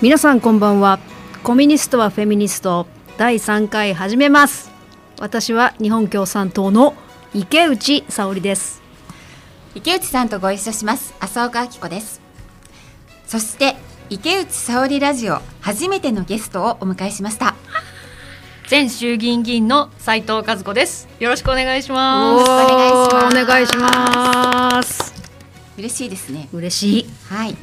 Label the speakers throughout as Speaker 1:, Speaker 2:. Speaker 1: 皆さんこんばんはコミュニストはフェミニスト第3回始めます私は日本共産党の池内沙織です
Speaker 2: 池内さんとご一緒します浅岡明子ですそして池内沙織ラジオ初めてのゲストをお迎えしました
Speaker 3: 前衆議院議員の斉藤和子ですよろしくお願いし
Speaker 1: お
Speaker 3: ます
Speaker 1: ーお
Speaker 2: お願
Speaker 1: 願
Speaker 2: い
Speaker 1: い
Speaker 2: し
Speaker 1: し
Speaker 2: ます
Speaker 1: ます
Speaker 2: 嬉しいですね
Speaker 1: 嬉しい
Speaker 2: はい、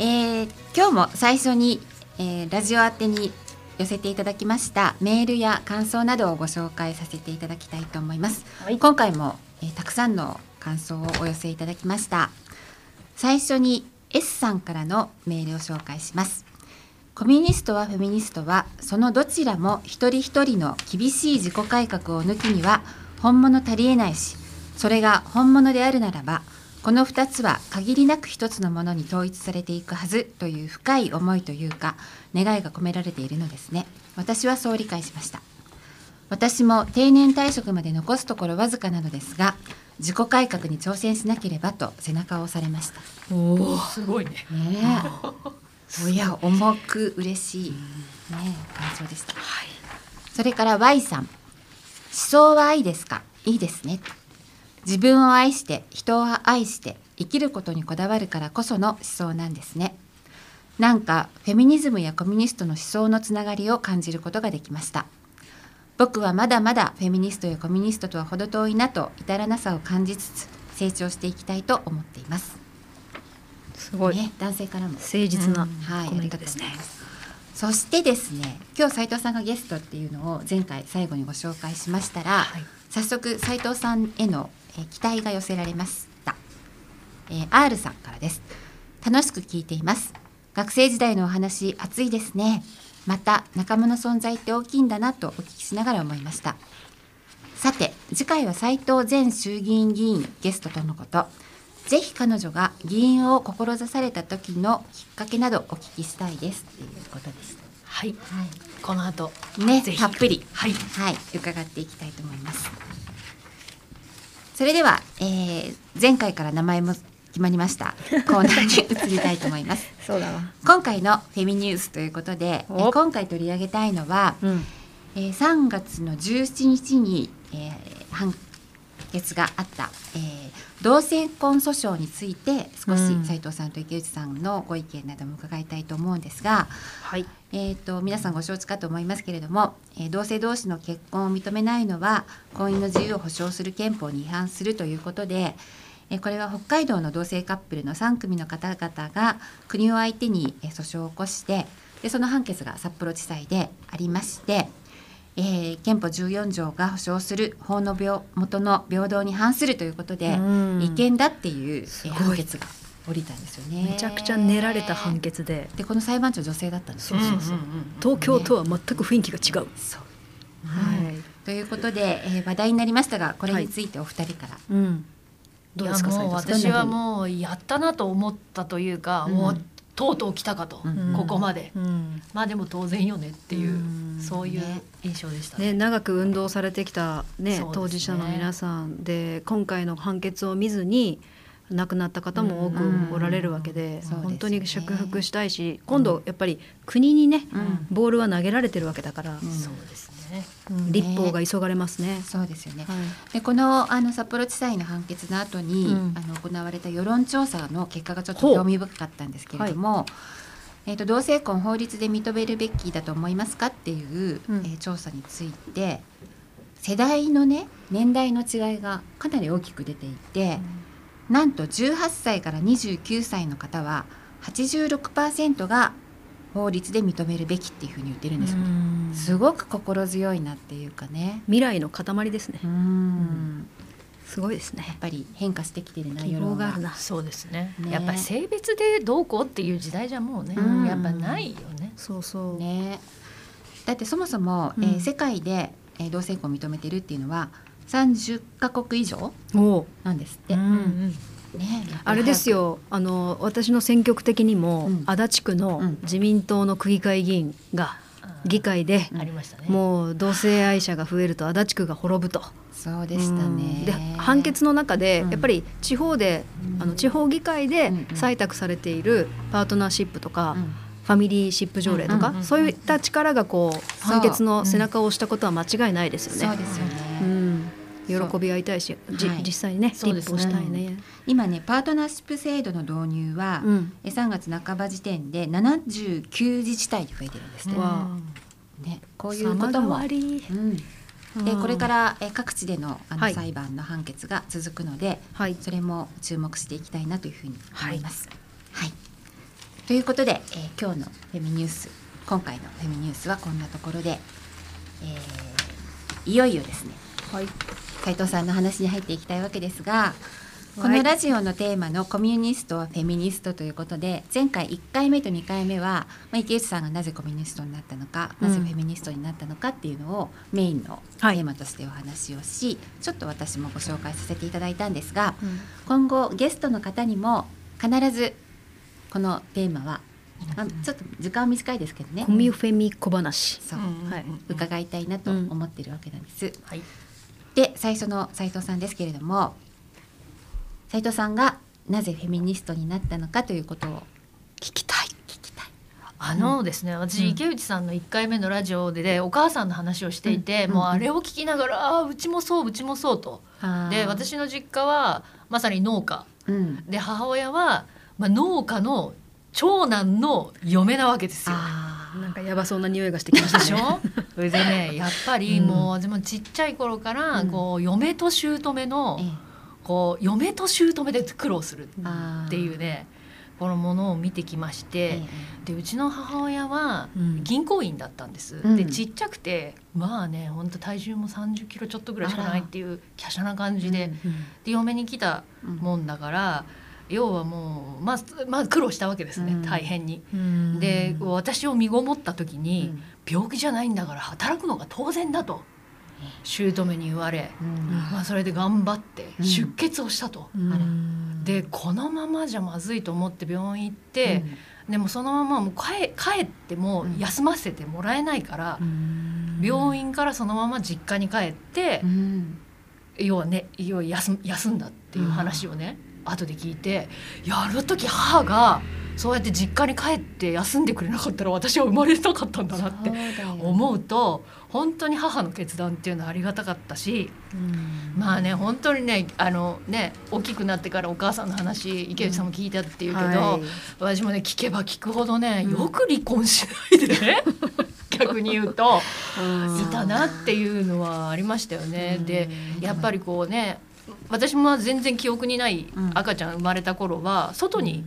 Speaker 2: えー今日も最初に、えーラジオ宛てに寄せていただきましたメールや感想などをご紹介させていただきたいと思います、
Speaker 3: はい
Speaker 2: 今回も、えーたくさんの感想をお寄せいただきました最初に S さんからのメールを紹介しますコミュニストはフェミニストはそのどちらも一人一人の厳しい自己改革を抜きには本物足りえないしそれが本物であるならばこの2つは限りなく一つのものに統一されていくはずという深い思いというか願いが込められているのですね私はそう理解しました私も定年退職まで残すところわずかなのですが自己改革に挑戦しなければと背中を押されました
Speaker 3: すごいね
Speaker 2: ね え。おや、重く嬉しい。ねえ、感想でした。それから Y さん。思想は愛ですかいいですね。自分を愛して、人を愛して、生きることにこだわるからこその思想なんですね。なんか、フェミニズムやコミュニストの思想のつながりを感じることができました。僕はまだまだフェミニストやコミュニストとは程遠いなと至らなさを感じつつ成長していきたいと思っています。
Speaker 1: すごい
Speaker 2: ね、男性からも
Speaker 1: 誠実な
Speaker 2: はい、
Speaker 1: コメントですね
Speaker 2: ありがとうございます。そしてですね、今日斉藤さんがゲストっていうのを前回最後にご紹介しましたら、
Speaker 1: い
Speaker 2: 早速斉藤さんへのえー期待が寄せられました。えー R さんからです。楽しく聞いています。学生時代のお話熱いですね。また仲間の存在って大きいんだなとお聞きしながら思いました。さて次回は斉藤前衆議院議員ゲストとのことぜひ彼女が議員を志された時のきっかけなどお聞きしたいですっていうことです
Speaker 3: はい
Speaker 2: は
Speaker 3: この後
Speaker 2: いね
Speaker 3: ぜひ
Speaker 2: たっぷり
Speaker 3: はい
Speaker 2: はい伺っていきたいと思いますそれでは、えー前回から名前も決まりましたコーナーに移りたいと思います
Speaker 1: そうだわ
Speaker 2: 今回のフェミニュースということで、えー
Speaker 1: お
Speaker 2: 今回取り上げたいのは、
Speaker 1: うん
Speaker 2: えー3月の17日に、えー判決があった、えー同性婚訴訟について少
Speaker 1: う
Speaker 2: し
Speaker 1: ん
Speaker 2: 斉藤さんと池内さんのご意見なども伺いたいと思うんですが、
Speaker 1: はい
Speaker 2: えー、と皆さんご承知かと思いますけれども、えー同性同士の結婚を認めないのは婚姻の自由を保障する憲法に違反するということで、えーこれは北海道の同性カップルの3組の方々が国を相手にえー訴訟を起こしてでその判決が札幌地裁でありまして、えー憲法14条が保障する法の平元の平等に反するということで、
Speaker 1: うん
Speaker 2: 違憲だっていうえー
Speaker 1: すごい
Speaker 2: 判決が下りたんですよね。
Speaker 1: めちゃくちゃ練られた判決で
Speaker 2: でこの裁判長女性だったんですよ
Speaker 1: そうそうそうん
Speaker 2: んんん
Speaker 1: 東京とは全く雰囲気が違う
Speaker 2: そう
Speaker 1: はい
Speaker 2: ということで、えー話題になりましたがこれについてお二人から、
Speaker 1: うんどうですか
Speaker 3: いやもう
Speaker 1: 斉藤さん
Speaker 3: 私はもうやったなと思ったというか、
Speaker 2: うん
Speaker 3: もうとうとう来たかと、
Speaker 2: うん
Speaker 3: ここまで、
Speaker 1: うん
Speaker 3: まあでも当然よねっていう、
Speaker 1: うん
Speaker 3: そういう
Speaker 2: ね
Speaker 3: 印象でした
Speaker 1: ね、
Speaker 3: ね
Speaker 1: 長く運動されてきた、ね
Speaker 3: そうですね
Speaker 1: 当事者の皆さんで今回の判決を見ずに亡くなった方も多くおられるわけで,、
Speaker 2: うんうん
Speaker 1: 本当に
Speaker 2: そうです
Speaker 1: 祝
Speaker 2: ね
Speaker 1: 福したいし、今度やっぱり国にね、
Speaker 2: うん
Speaker 1: ボールは投げられてるわけだから、
Speaker 2: うん
Speaker 3: そうですね
Speaker 1: うん立法が急がれますね。
Speaker 2: そうですよね、
Speaker 1: はい
Speaker 2: でこのあの札幌地裁の判決の後に、
Speaker 1: うん
Speaker 2: あの行われた世論調査の結果がちょっと
Speaker 1: ほう
Speaker 2: 興味深かったんですけれども、えー、と同性婚法律で認めるべきだと思いますかっていう、
Speaker 1: うん
Speaker 2: えー調査について世代のね年代の違いがかなり大きく出ていて、なんと18歳から29歳の方は86%が法律で認めるべきっていうふうに言ってるんですよね、
Speaker 1: うん
Speaker 2: すごく心強いなっていうかね。
Speaker 1: 未来の塊ですね、
Speaker 2: うん
Speaker 1: すごいです
Speaker 2: やっ
Speaker 1: ね。
Speaker 2: ぱり変化してきてるな
Speaker 1: 希望
Speaker 2: 世論
Speaker 1: があ
Speaker 2: が
Speaker 1: る。な。
Speaker 3: そうですね
Speaker 2: ね
Speaker 3: やっぱり性別でどうこうっていう時代じゃもうね、
Speaker 2: うん
Speaker 3: やっぱないよね
Speaker 1: そうそう。
Speaker 2: ね、だってそもそも、
Speaker 1: うん
Speaker 2: えー世界で、えー同性婚を認めてるっていうのは30カ国以上
Speaker 1: おう
Speaker 2: なんですって。
Speaker 1: う
Speaker 2: ね
Speaker 1: ん
Speaker 2: やっぱ
Speaker 1: あ
Speaker 2: り
Speaker 1: れですよあの私の選挙区的にも、
Speaker 2: うん
Speaker 1: 足立区の
Speaker 2: うん
Speaker 1: 自民党の区議会議員が議会で、
Speaker 3: ありましたね
Speaker 1: もう同性愛者が増えると足立区が滅ぶと。
Speaker 2: 早く。そうでした
Speaker 1: う
Speaker 2: ね。
Speaker 1: んで判決の中で、
Speaker 2: うん
Speaker 1: やっぱり地方で、
Speaker 2: うん
Speaker 1: あの地方議会
Speaker 2: う
Speaker 1: で
Speaker 2: んうん
Speaker 1: 採択されているパートナーシップとか、
Speaker 2: うん
Speaker 1: ファミリーシップ条例とか、
Speaker 2: うんうんうんうん
Speaker 1: そういった力がこう
Speaker 2: そう
Speaker 1: 判決の背中を押したことは間違いないですよ
Speaker 2: そ
Speaker 1: ね
Speaker 2: う。ですよね、
Speaker 1: うん、
Speaker 2: そう
Speaker 1: 喜び合いたいし、じ
Speaker 2: はい
Speaker 1: 実際にね
Speaker 3: そう
Speaker 1: 立
Speaker 3: です
Speaker 1: 法し
Speaker 3: ね
Speaker 1: たいね。
Speaker 2: 今ねパートナーシップ制度の導入は、
Speaker 1: うん
Speaker 2: え3月半ば時点で79自治体で増えてるんですって、
Speaker 1: わ
Speaker 2: ね、こういうことも、
Speaker 1: 様変わり
Speaker 2: うん、で
Speaker 1: うん
Speaker 2: これからえ各地でのあ
Speaker 1: は
Speaker 2: の
Speaker 1: い
Speaker 2: 裁判の判決が続くので、
Speaker 1: はい
Speaker 2: それも注目していきたいなというふうに思います。はい、ということで、えー今日のフェミニュース今回のフェミニュースはこんなところで、えーいよいよですね
Speaker 1: はい
Speaker 2: 斉藤さんの話に入っていきたいわけですが。
Speaker 1: い
Speaker 2: このラジオのテーマのコミュニストはフェミニストということで前回1回目と2回目は、まあ、池内さんがなぜコミュニストになったのか、
Speaker 1: うん
Speaker 2: なぜフェミニストになったのかっていうのをメインのテ
Speaker 1: はい
Speaker 2: ーマとしてお話をし、ちょっと私もご紹介させていただいたんですが
Speaker 1: うん
Speaker 2: 今後ゲストの方にも必ずこのテーマは、まあ、ちょっと時間は短いですけどね
Speaker 1: コミュフェミ小話。
Speaker 2: そう、
Speaker 1: はい
Speaker 2: 伺いたいなと思ってるわけなんです。
Speaker 3: はい。
Speaker 2: で最初の斉藤さんですけれども斉藤さんがなぜフェミニストになったのかということを
Speaker 1: 聞きたい。
Speaker 2: 聞きたい。
Speaker 3: あのですね、私池内さんの1回目のラジオででお母さんの話をしていて、
Speaker 2: うん
Speaker 3: もうあれを聞きながらあーうちもそううちもそうと
Speaker 2: あー
Speaker 3: で、私の実家はまさに農家
Speaker 2: うん、
Speaker 3: で母親は、まあ、農家の長男の嫁なわけですよ。
Speaker 2: あー
Speaker 1: なんかやばそうな匂いがしてきました
Speaker 3: でし
Speaker 1: ね。
Speaker 3: ょそれで ねやっぱりもう、でもちっちゃい頃から
Speaker 2: うん
Speaker 3: こう嫁と姑の、
Speaker 2: ええ
Speaker 3: こう嫁と姑で苦労する
Speaker 2: あー
Speaker 3: っていうねこのものを見てきまし
Speaker 2: え
Speaker 3: て、でうちの母親は
Speaker 1: うん
Speaker 3: 銀行員だったんです、
Speaker 2: うん
Speaker 3: でちっちゃくてまあねほんと体重も3 0キロちょっとぐらいしかないっていう華奢な感じで,、で嫁に来た
Speaker 2: うん
Speaker 3: もんだから要はもう、まあ、まあ苦労したわけですね、
Speaker 2: うん
Speaker 3: 大変に。
Speaker 1: うん
Speaker 3: で私を身ごもった時
Speaker 2: う
Speaker 3: に、
Speaker 2: ん
Speaker 3: 病気じゃないんだから働くのが当然だと姑に言われ、
Speaker 2: うん
Speaker 3: まあ、それで頑張って
Speaker 2: うん
Speaker 3: 出血をしたと。
Speaker 1: うん
Speaker 2: あら
Speaker 3: でこのままじゃまずいと思って病院行って、でもそのままもう帰帰っても
Speaker 2: うん
Speaker 3: 休ませてもらえないから
Speaker 1: う、ん
Speaker 3: 病院からそのまま実家に帰って
Speaker 2: う、ん
Speaker 3: 要はね要は休む休んだっていう話をね、後で聞いていやあの時母がそうやって実家に帰って休んでくれなかったら私は生まれなかったんだなって思うと本当に母の決断っていうのはありがたかったしまあね本当にねあのね大きくなってからお母さんの話池内さんも聞いたっていうけど、
Speaker 1: はい
Speaker 3: 私もね聞けば聞くほどね
Speaker 1: うん
Speaker 3: よく離婚しないで ね、逆に言うと
Speaker 1: うん
Speaker 3: いたなっていうのはありましたよね。でやっぱりこうね私も全然記憶にない
Speaker 2: うん
Speaker 3: 赤ちゃん生まれた頃は外に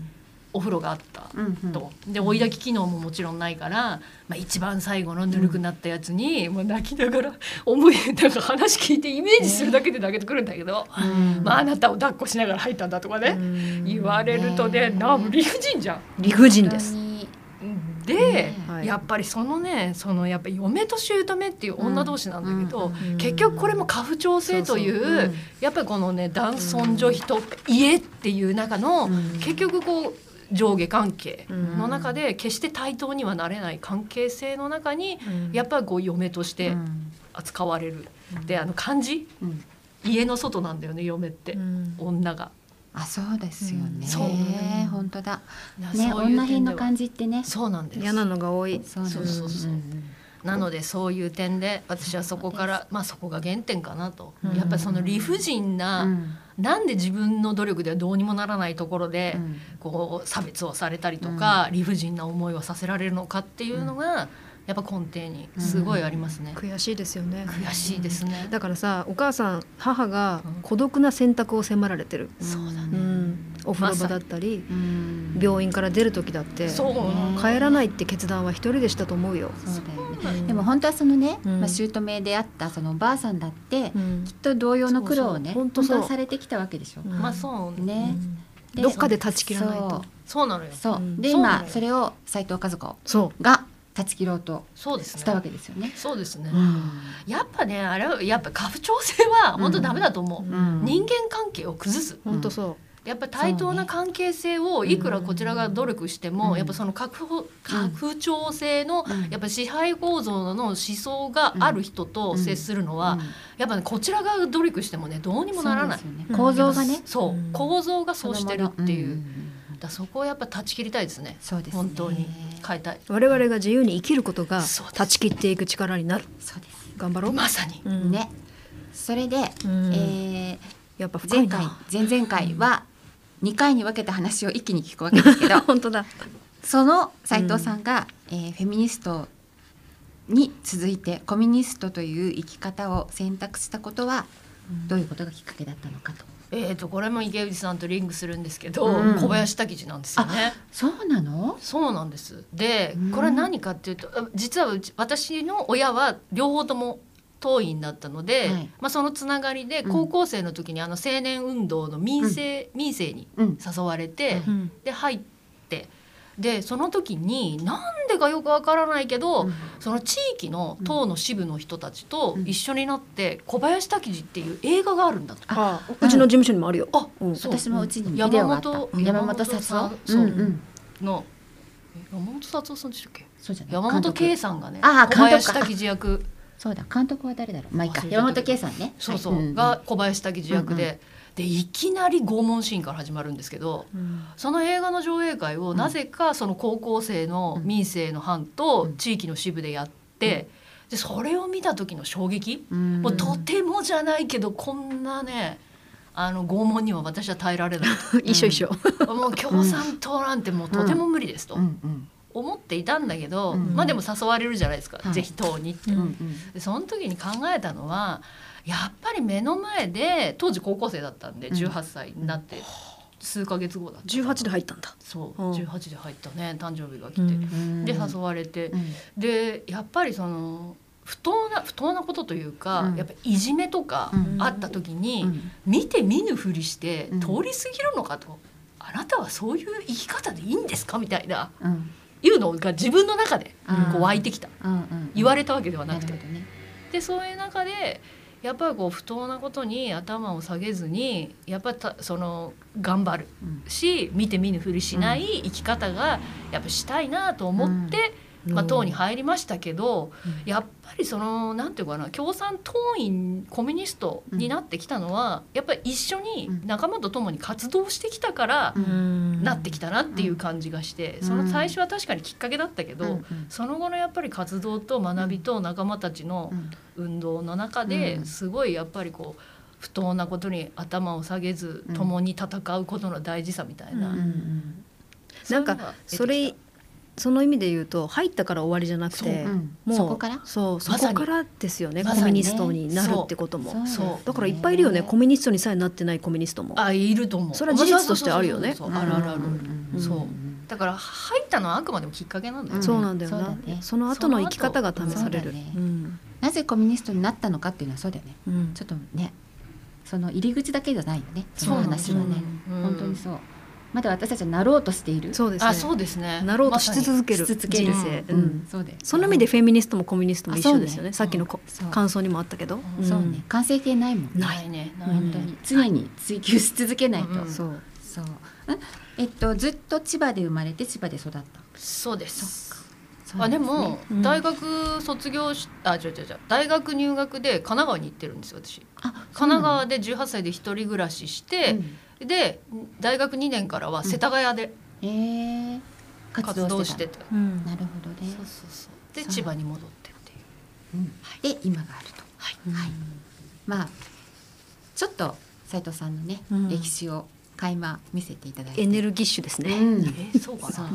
Speaker 3: お風呂があった
Speaker 2: うんうん
Speaker 3: と、で追い焚き機能ももちろんないから、まあ、一番最後のぬるくなったやつに、もう泣きながら 思いなんか話聞いてイメージするだけで泣けてくるんだけど、
Speaker 2: うん
Speaker 3: まああなたを抱っこしながら入ったんだとかね、言われると
Speaker 2: ね
Speaker 3: ね、なあもう理不尽じゃん。
Speaker 1: 理不尽です。
Speaker 2: 本当に
Speaker 3: で、
Speaker 2: ね
Speaker 1: はい
Speaker 3: やっぱりそのねそのやっぱ嫁と姑っていう女同士なんだけど、
Speaker 2: うん
Speaker 1: うん
Speaker 3: 結局これも家父長制という
Speaker 1: そう
Speaker 2: うん
Speaker 3: やっぱりこのね男尊女卑と家っていう中の、
Speaker 2: うん
Speaker 3: 結局こう上下関係
Speaker 1: うん
Speaker 3: の中で決して対等にはなれない関係性の中にやっぱりこう嫁とし
Speaker 2: う
Speaker 3: て
Speaker 2: ん
Speaker 3: 扱われる、であの漢字
Speaker 2: うん
Speaker 3: 家の外なんだよね嫁って、女が。
Speaker 2: あそうですよね、
Speaker 3: そう
Speaker 2: 本当だね
Speaker 3: そういう
Speaker 2: 女編の
Speaker 3: 点では
Speaker 2: 感じってね
Speaker 3: そうなんです
Speaker 1: 嫌なのが多い。
Speaker 2: そうなんです
Speaker 3: そうそうそう
Speaker 2: うん
Speaker 3: なのでそういう点で私はそこからまあそこが原点かなと、
Speaker 1: うん
Speaker 3: やっぱりその理不尽な、
Speaker 2: うん
Speaker 3: なんで自分の努力ではどうにもならないところで、
Speaker 2: うん
Speaker 3: こう差別をされたりとか、理不尽な思いをさせられるのかっていうのが、やっぱ根底にすごいありますね、
Speaker 1: 悔しいですよね。
Speaker 3: 悔しいですね、
Speaker 1: だからさお母さん母が孤独な選択を迫られてる、
Speaker 3: そうだ
Speaker 1: う
Speaker 3: ね、
Speaker 1: ん、お風呂場だったり、
Speaker 2: うん
Speaker 1: 病院から出る時だって
Speaker 3: そう
Speaker 1: 帰らないって決断は一人でしたと思うよ。
Speaker 2: そうだよね
Speaker 3: そうなの
Speaker 2: でも本当はそのね、
Speaker 1: うん
Speaker 2: まあ、姑であったそのおばあさんだって、
Speaker 1: うん
Speaker 2: きっと同様の苦労をね
Speaker 1: そうそう本当
Speaker 2: 本
Speaker 1: そう
Speaker 2: 当はされてきたわけでしょ、
Speaker 1: うん
Speaker 3: まあそうね
Speaker 2: ね、で
Speaker 1: どっかで断ち切らないと。
Speaker 3: そうなのよ
Speaker 2: そうそう、
Speaker 1: うん
Speaker 2: で
Speaker 3: そうなの
Speaker 2: 今
Speaker 3: よ
Speaker 2: それを斉藤和子
Speaker 1: そ
Speaker 2: が断ち切ろうと
Speaker 3: そうです
Speaker 2: し
Speaker 3: ね
Speaker 2: たわけですよね、
Speaker 3: そうですね、
Speaker 2: うん
Speaker 3: やっぱねあれはやっぱ家父長制は本当ダメだと思う、
Speaker 2: うん
Speaker 3: 人間関係を崩す
Speaker 1: う、本当そ
Speaker 3: やっぱ対等な関係性をいくらこちらが努力して
Speaker 2: そう
Speaker 3: も、
Speaker 2: ね
Speaker 3: やっぱその確保拡張性の
Speaker 2: うん
Speaker 3: やっぱ支配構造の思想がある人と接するのは、やっぱねこちらが努力してもねどうに
Speaker 2: うん
Speaker 3: もならない
Speaker 2: そうですよね
Speaker 1: うん
Speaker 2: 構造がね、
Speaker 3: そう
Speaker 1: うん
Speaker 3: 構造がそうしてるっていう
Speaker 2: のもの
Speaker 3: らそこをやっぱ断ち切りたいですね
Speaker 2: そうですね
Speaker 3: 本当に変えたい
Speaker 1: 我々が自由に生きることが
Speaker 3: そうです
Speaker 1: 断ち切っていく力になる
Speaker 2: そうです、
Speaker 1: 頑張ろう、
Speaker 3: まさに、
Speaker 1: うん
Speaker 2: ねそれで、
Speaker 1: ん
Speaker 2: えー
Speaker 1: やっぱ深
Speaker 2: 前
Speaker 1: い
Speaker 2: 回
Speaker 1: な
Speaker 2: 前々回は2回に分けて話を一気に聞くわけですけ ど
Speaker 1: 本当だ
Speaker 2: その斉藤さんが、えーフェミニストに続いてコミュニストという生き方を選択したことはどういうことがきっかけだったのかと。
Speaker 3: えー、とこれも池内さんとリンクするんですけど、
Speaker 2: うん
Speaker 3: 小林滝次なんですよね。
Speaker 2: そうなの
Speaker 3: そうなんですで
Speaker 2: うん
Speaker 3: これ何かっていうとあ実はうち私の親は両方とも党員だったので、
Speaker 2: はい
Speaker 3: まあ、そのつながりで
Speaker 2: うん
Speaker 3: 高校生の時にあの青年運動の民生,、民生に
Speaker 2: うん
Speaker 3: 誘われて、
Speaker 2: はい
Speaker 1: うん
Speaker 3: で入ってでその時になんでかよくわからないけど、
Speaker 2: うん
Speaker 3: その地域の党の支部の人たちと
Speaker 2: うん
Speaker 3: 一緒になって「小林滝次」っていう映画があるんだと。
Speaker 1: あうちの事務所にもあるよ
Speaker 3: あ
Speaker 1: うん
Speaker 3: そう
Speaker 2: 私もうちにビ
Speaker 3: 山
Speaker 2: デオがあった
Speaker 3: 本
Speaker 2: うん山本
Speaker 3: 山
Speaker 2: 達夫
Speaker 3: さんそう
Speaker 2: うんうん
Speaker 3: のえ山本達夫さんでしたっけ
Speaker 2: そうじゃない
Speaker 3: 山本
Speaker 2: 監
Speaker 3: 圭
Speaker 2: 督
Speaker 3: さんがね
Speaker 2: あー
Speaker 3: 小林
Speaker 2: 監督か
Speaker 3: 滝次役
Speaker 2: そうだ監督は誰だろうまあいいか
Speaker 3: 忘れちゃっ
Speaker 2: 山
Speaker 3: たけ
Speaker 2: 本
Speaker 3: ど
Speaker 2: 圭さんね
Speaker 3: そうそう、
Speaker 2: はいん
Speaker 3: が小林滝次役で、
Speaker 2: うん
Speaker 3: でいきなり拷問シーンから始まるんですけど
Speaker 1: うん
Speaker 3: その映画の上映会をなぜかその高校生の
Speaker 2: うん
Speaker 3: 民生の班
Speaker 2: う
Speaker 3: と
Speaker 2: ん
Speaker 3: 地域の支部でやって、でそれを見た時の衝撃、
Speaker 2: うん
Speaker 3: もうとてもじゃないけどこんなねあの拷問には私は耐えられない
Speaker 1: 一緒一緒
Speaker 3: もう共産党なんてもうとても無理ですと
Speaker 2: うんうん
Speaker 3: 思っていたんだけど、
Speaker 2: うん
Speaker 3: まあでも誘われるじゃないですか、
Speaker 2: はい
Speaker 3: ぜひ党にって
Speaker 1: う
Speaker 2: うんんうん
Speaker 3: でその時に考えたのはやっぱり目の前で当時高校生だったんで
Speaker 2: うん
Speaker 3: 18歳になって数ヶ月後だったかな
Speaker 1: 18で入ったんだ
Speaker 3: そう、
Speaker 1: うん
Speaker 3: 18で入ったね誕生日が来て、
Speaker 1: うん
Speaker 2: うん
Speaker 3: で誘われて
Speaker 2: うん
Speaker 3: でやっぱりその不当な不当なことというか、
Speaker 2: うん
Speaker 3: やっぱいじめとか
Speaker 2: うん
Speaker 3: あった時に、
Speaker 2: うん
Speaker 3: 見て見ぬふりして
Speaker 2: うん
Speaker 3: 通り過ぎるのかと、あなたはそういう生き方でいいんですかみたいな
Speaker 2: うん
Speaker 3: いうのが自分の中で
Speaker 2: あー
Speaker 3: こう湧いてきた
Speaker 2: うんうん
Speaker 3: 言われたわけではなくて
Speaker 2: るほどね
Speaker 3: でそういう中でやっぱりこう不当なことに頭を下げずにやっぱたその頑張る
Speaker 2: うん
Speaker 3: し見て見ぬふりしない生き方がやっぱしたいなと思って、まあ、党に入りましたけど、
Speaker 1: うん
Speaker 3: やっぱりそのなんていうかな共産党員コミュニストになってきたのは、やっぱり一緒に
Speaker 2: うん
Speaker 3: 仲間と共に活動してきたから
Speaker 2: う、
Speaker 1: ん
Speaker 3: なってきたなっていう感じがして、
Speaker 2: うん
Speaker 3: その最初は確かにきっかけだったけど、
Speaker 2: うんうん
Speaker 3: その後のやっぱり活動と学びと仲間たちの、
Speaker 2: うん
Speaker 3: 運動の中で、
Speaker 2: うん
Speaker 3: すごいやっぱりこう不当なことに頭を下げず、
Speaker 2: うん
Speaker 3: 共に戦うことの大事さみたいな、
Speaker 1: う
Speaker 2: うんうん
Speaker 3: そういうのが
Speaker 1: な
Speaker 3: 出
Speaker 1: そ
Speaker 3: てき
Speaker 1: れその意味で言うと入ったから終わりじゃなく
Speaker 3: そう
Speaker 1: て
Speaker 2: うん
Speaker 1: もう
Speaker 2: そこから
Speaker 1: そうそ
Speaker 3: まさ
Speaker 1: こ
Speaker 3: に
Speaker 1: からですよね
Speaker 3: ま
Speaker 1: コ
Speaker 3: さ
Speaker 1: ミュ
Speaker 3: に
Speaker 1: ニ
Speaker 2: ね
Speaker 1: ストになるってこと
Speaker 2: そう
Speaker 1: も
Speaker 2: ですね
Speaker 3: そう
Speaker 1: だからいっぱいいるよねコミュニストにさえなってないコミュニストも
Speaker 3: たあいると思う
Speaker 1: それは事実としてあるよね
Speaker 3: そうそうそうそうあるあるある、
Speaker 2: うんうんうん
Speaker 3: そうんだから入ったのはあくまでもきっかけなんだよ、
Speaker 2: うん
Speaker 1: そうなんだよ
Speaker 2: そうだ
Speaker 1: な
Speaker 2: ね
Speaker 1: その後の生き方が試され
Speaker 2: そ
Speaker 1: る
Speaker 2: うだね
Speaker 1: うん
Speaker 2: なぜコミュニストになったのかっていうのはそうだよね
Speaker 1: うん
Speaker 2: ちょっとねその入り口だけじゃないよねその
Speaker 3: そうなんです
Speaker 2: 話
Speaker 3: よ
Speaker 2: はね
Speaker 3: うん
Speaker 2: 本当にそうまだ私たちはなろうとしている
Speaker 1: そうです
Speaker 3: あそ
Speaker 1: ね
Speaker 3: うですね
Speaker 1: なろうとし
Speaker 3: まさに
Speaker 1: 続ける
Speaker 2: し
Speaker 1: 人
Speaker 2: 続ける
Speaker 1: 生
Speaker 2: う
Speaker 1: うんん
Speaker 2: そうだよ
Speaker 1: その意味でフェミニストもコミュニストも一
Speaker 2: あ
Speaker 1: 緒
Speaker 2: そうね
Speaker 1: ですよねさっきのこ
Speaker 2: そう
Speaker 1: 感想にもあったけど
Speaker 3: うん
Speaker 2: そうね完成形ないもんね
Speaker 3: ないねない
Speaker 1: うん
Speaker 2: 本当に常に追求し続けないと
Speaker 3: うん
Speaker 1: うんそう
Speaker 2: そううんえっとずっと千葉で生まれて千葉で育った
Speaker 3: そうです
Speaker 2: そうな
Speaker 3: あ
Speaker 2: ん
Speaker 3: です
Speaker 2: ね
Speaker 3: も、
Speaker 1: うん
Speaker 3: 大学卒業しあ違う違う違う大学入学で神奈川に行ってるんですよ私
Speaker 2: あ
Speaker 3: 神奈川で18歳で一人暮らしして、で大学2年からは世田谷で
Speaker 2: ええー
Speaker 3: 活動して
Speaker 2: た
Speaker 3: た、
Speaker 1: うん
Speaker 2: なるほどね
Speaker 3: そうそうそうで
Speaker 2: そう
Speaker 3: 千葉に戻ってっていう
Speaker 2: で今があると、
Speaker 3: はい
Speaker 2: はい、まあちょっと斉藤さんのね、
Speaker 1: うん
Speaker 2: 歴史を垣間見せていただいて
Speaker 1: エネルギッシュです
Speaker 2: う
Speaker 1: ね
Speaker 2: ん、
Speaker 3: えそうか
Speaker 2: そう
Speaker 3: な